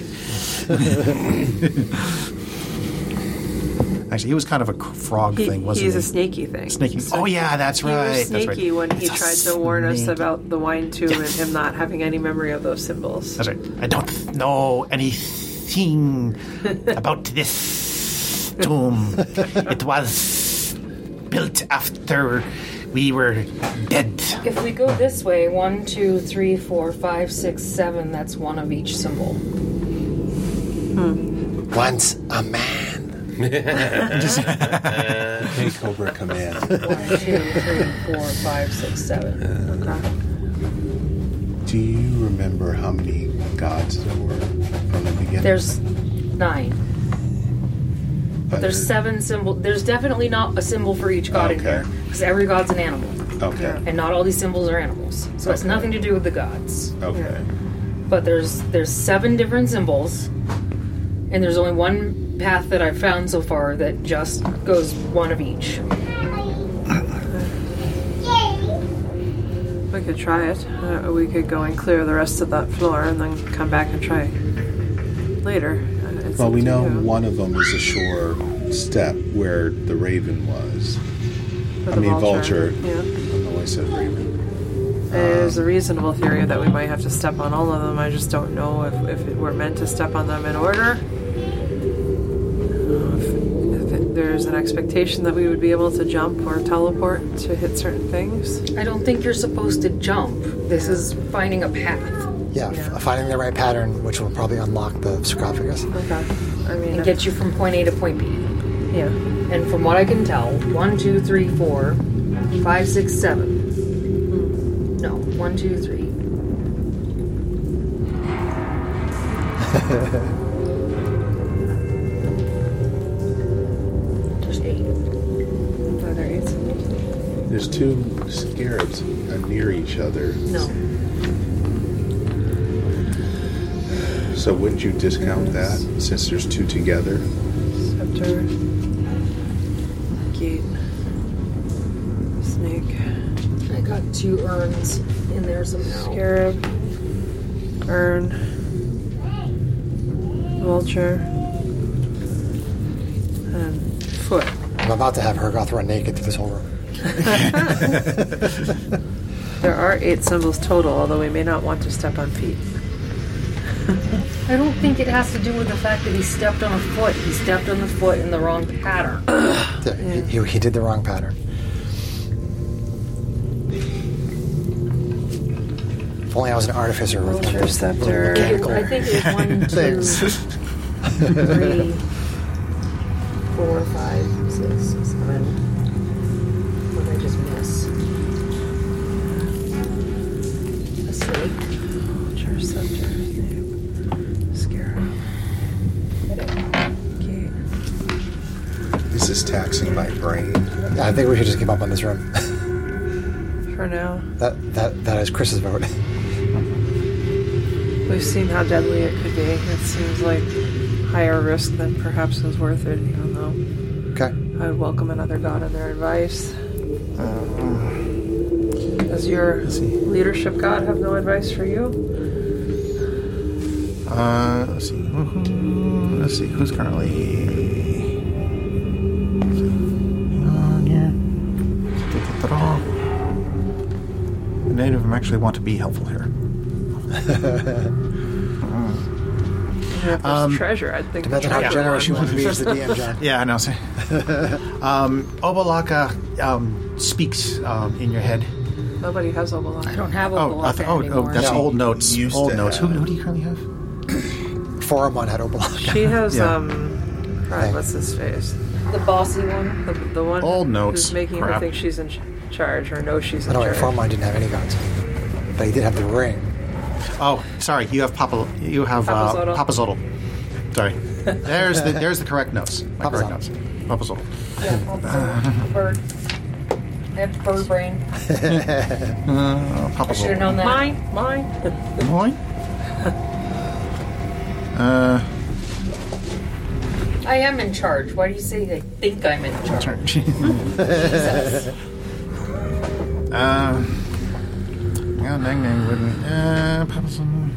Actually, he was kind of a cr- frog He, thing, wasn't he's he? a sneaky thing. Snaking. Oh yeah, that's He right. was that's sneaky right. when he tried to warn us snake. about the wine tomb and him not having any memory of those symbols. That's right. I don't know anything about this tomb. It was built after we were dead. if we go this way, one, two, three, four, five, six, seven. That's one of each symbol. Once a man. Cobra Command. One, two, three, four, five, six, seven. Do you remember how many gods there were from the beginning? There's nine. But There's seven symbol. There's definitely not a symbol for each god in Okay. here because every god's an animal, Okay. and not all these symbols are animals. So it's Okay. nothing to do with the gods. Okay. But there's there's seven different symbols, and there's only one path that I've found so far that just goes one of each. We could try it. Uh, we could go and clear the rest of that floor and then come back and try later. Uh, it's Well, up we to know you. one of them is a shore step where the raven was. For I the mean, vulture. Yeah. I don't know why I said raven. There's a reasonable theory that we might have to step on all of them. I just don't know if, if it we're meant to step on them in order. Uh, If, if it, there's an expectation that we would be able to jump or teleport to hit certain things. I don't think you're supposed to jump. This is finding a path. Yeah, f- finding the right pattern, which will probably unlock the sarcophagus. Okay. I mean, and get you from point A to point B. yeah. And from what I can tell, one, two, three, four, five, six, seven. No, one, two, three. There's eight. Other aids. There's two scarabs uh, near each other. No. So wouldn't you discount that since there's two together? Scepter. Gate. Snake. I got two urns in there somehow. Scarab. Urn. Vulture. And foot. I'm about to have Hergoth run naked through this whole room. There are eight symbols total, although we may not want to step on feet. I don't think it has to do with the fact that he stepped on a foot. He stepped on the foot in the wrong pattern. Yeah, He, he- he did the wrong pattern. If only I was an artificer with kind of Vulture, this little scepter. mechanical- I think it was one, two, Thanks. three, four, five, six, seven. What did I just miss? A snake. Vulture, scepter, snake. Scarab. Gate. This is taxing my brain. Yeah, I think we should just give up on this room. For now, that that that is Chris's vote. we've seen how deadly it could be. It seems like higher risk than perhaps is worth it, even though. okay. I would welcome another god in their advice. Does your leadership god have no advice for you? Uh, let's see. Who- Let's see. Who's currently. Hang on here. Da-da-da-da. The native of them actually want to be helpful here. You know, if there's Um, treasure, I'd think. Depends on how treasure generous you one. want to be as the DM, John. Yeah, I know. see. um, Obalaka um, speaks um, in your head. Nobody has Obalon. I don't have a Oh, I block th- oh, oh, anymore. that's No. old notes. Used Old to notes. Who, have. who do you currently have? Forum on Hedo Block. She has Yeah. um. God, what's his face? the bossy one. The, the one Old notes, who's making her crap. think she's in ch- charge or knows she's I in know charge. Forum on didn't have any guns, but he did have the ring. Oh, sorry. You have Papa. You have Papa uh, Zotto. Papa Zotto. Sorry. There's the there's the correct notes. My Papa Zotto. correct notes. Papa Zotto. Yeah, bird. I have bird brain. Uh, Papa I should have Zotto. known that. Mine, mine. Boy. Uh, I am in charge. Why do you say they think I'm in charge? sorry. uh, yeah, dang, dang, wouldn't. Uh, Papa Zotto.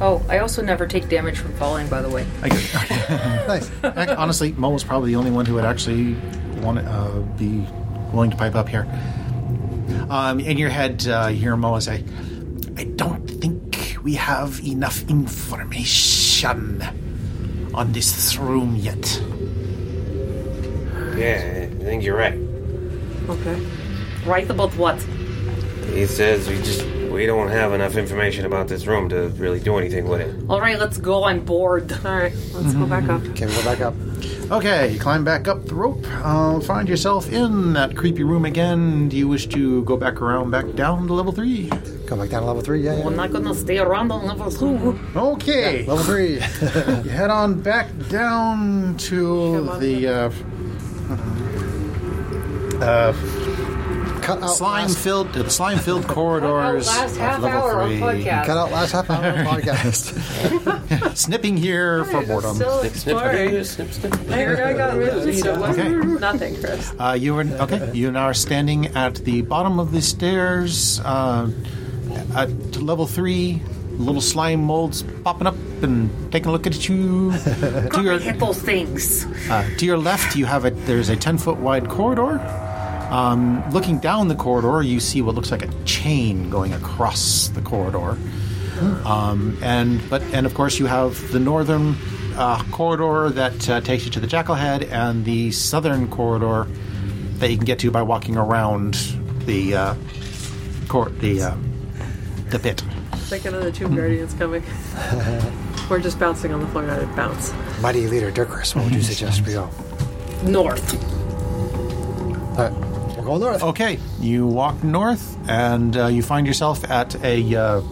Oh, I also never take damage from falling, by the way. I get it. Nice. Ac- Honestly, Mo was probably the only one who would actually want to uh, be willing to pipe up here. Um, in your head, uh, you hear Moa say, I don't think we have enough information on this room yet. Yeah, I think you're right. Okay. Right about what? He says we just we don't have enough information about this room to really do anything with it. All right, let's go. I'm bored. All right. Let's go back up. Okay, we go back up. Okay, you climb back up the rope, uh, find yourself in that creepy room again. Do you wish to go back around, back down to level three? Go back down to level three. Yeah, yeah. I'm not gonna stay around on level two. Okay. Level three. You head on back down to the uh, uh, Cut out slime last. filled to the slime filled corridors last half of level hour of three. podcast. Cut out last half hour of the podcast. Snipping here for boredom. So Snip, snip, exploring. snip, snip. I I got rid of it. Okay. Nothing, Chris. Uh, you are okay. You now are standing at the bottom of the stairs uh, at level three. Little slime molds popping up and taking a look at you. to your Hit those things. Uh, to your left, you have a there's a ten foot wide corridor. Um, looking down the corridor, you see what looks like a chain going across the corridor. Um, and but and of course you have the northern uh, corridor that uh, takes you to the Jackal Head, and the southern corridor that you can get to by walking around the uh, court the uh, the pit. It's like another Tomb Guardian's coming. We're just bouncing on the floor, not a bounce. Mighty leader Dirkris, what would you suggest we go? North. All right, we're going north. Okay, you walk north, and uh, you find yourself at a uh,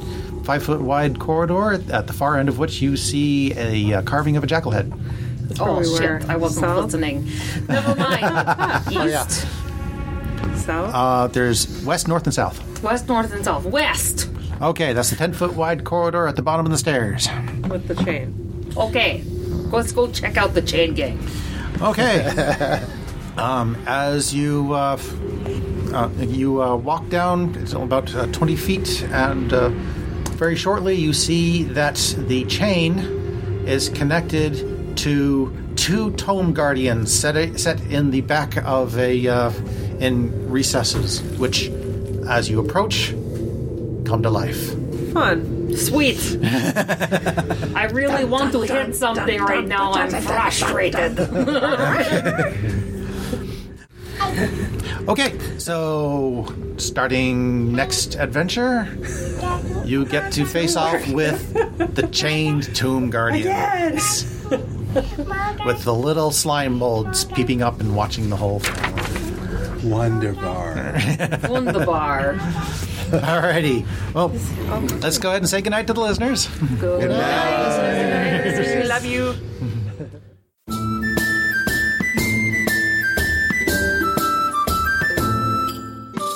five foot wide corridor, at the far end of which you see a uh, carving of a jackal head. Oh Probably where- shit! I wasn't south? Oh, listening. Never mind. East, South? Uh, there's west, north, and south. west, north, and south. West. Okay, that's the ten foot wide corridor at the bottom of the stairs. With the chain. Okay, let's go check out the chain gang. Okay. um, as you uh, f- uh, you uh, walk down, it's about uh, twenty feet, and uh, very shortly you see that the chain is connected to two tome guardians set a, set in the back of a uh, in recesses, which, as you approach, come to life. Fun. Sweet. I really want to hit something right now. I'm frustrated. Okay, so starting next adventure, you get to face off with the chained tomb guardians. With the little slime molds peeping up and watching the whole thing. Wonder Bar. Wunderbar. Alrighty. Well, let's go ahead and say goodnight to the listeners. Good We love you.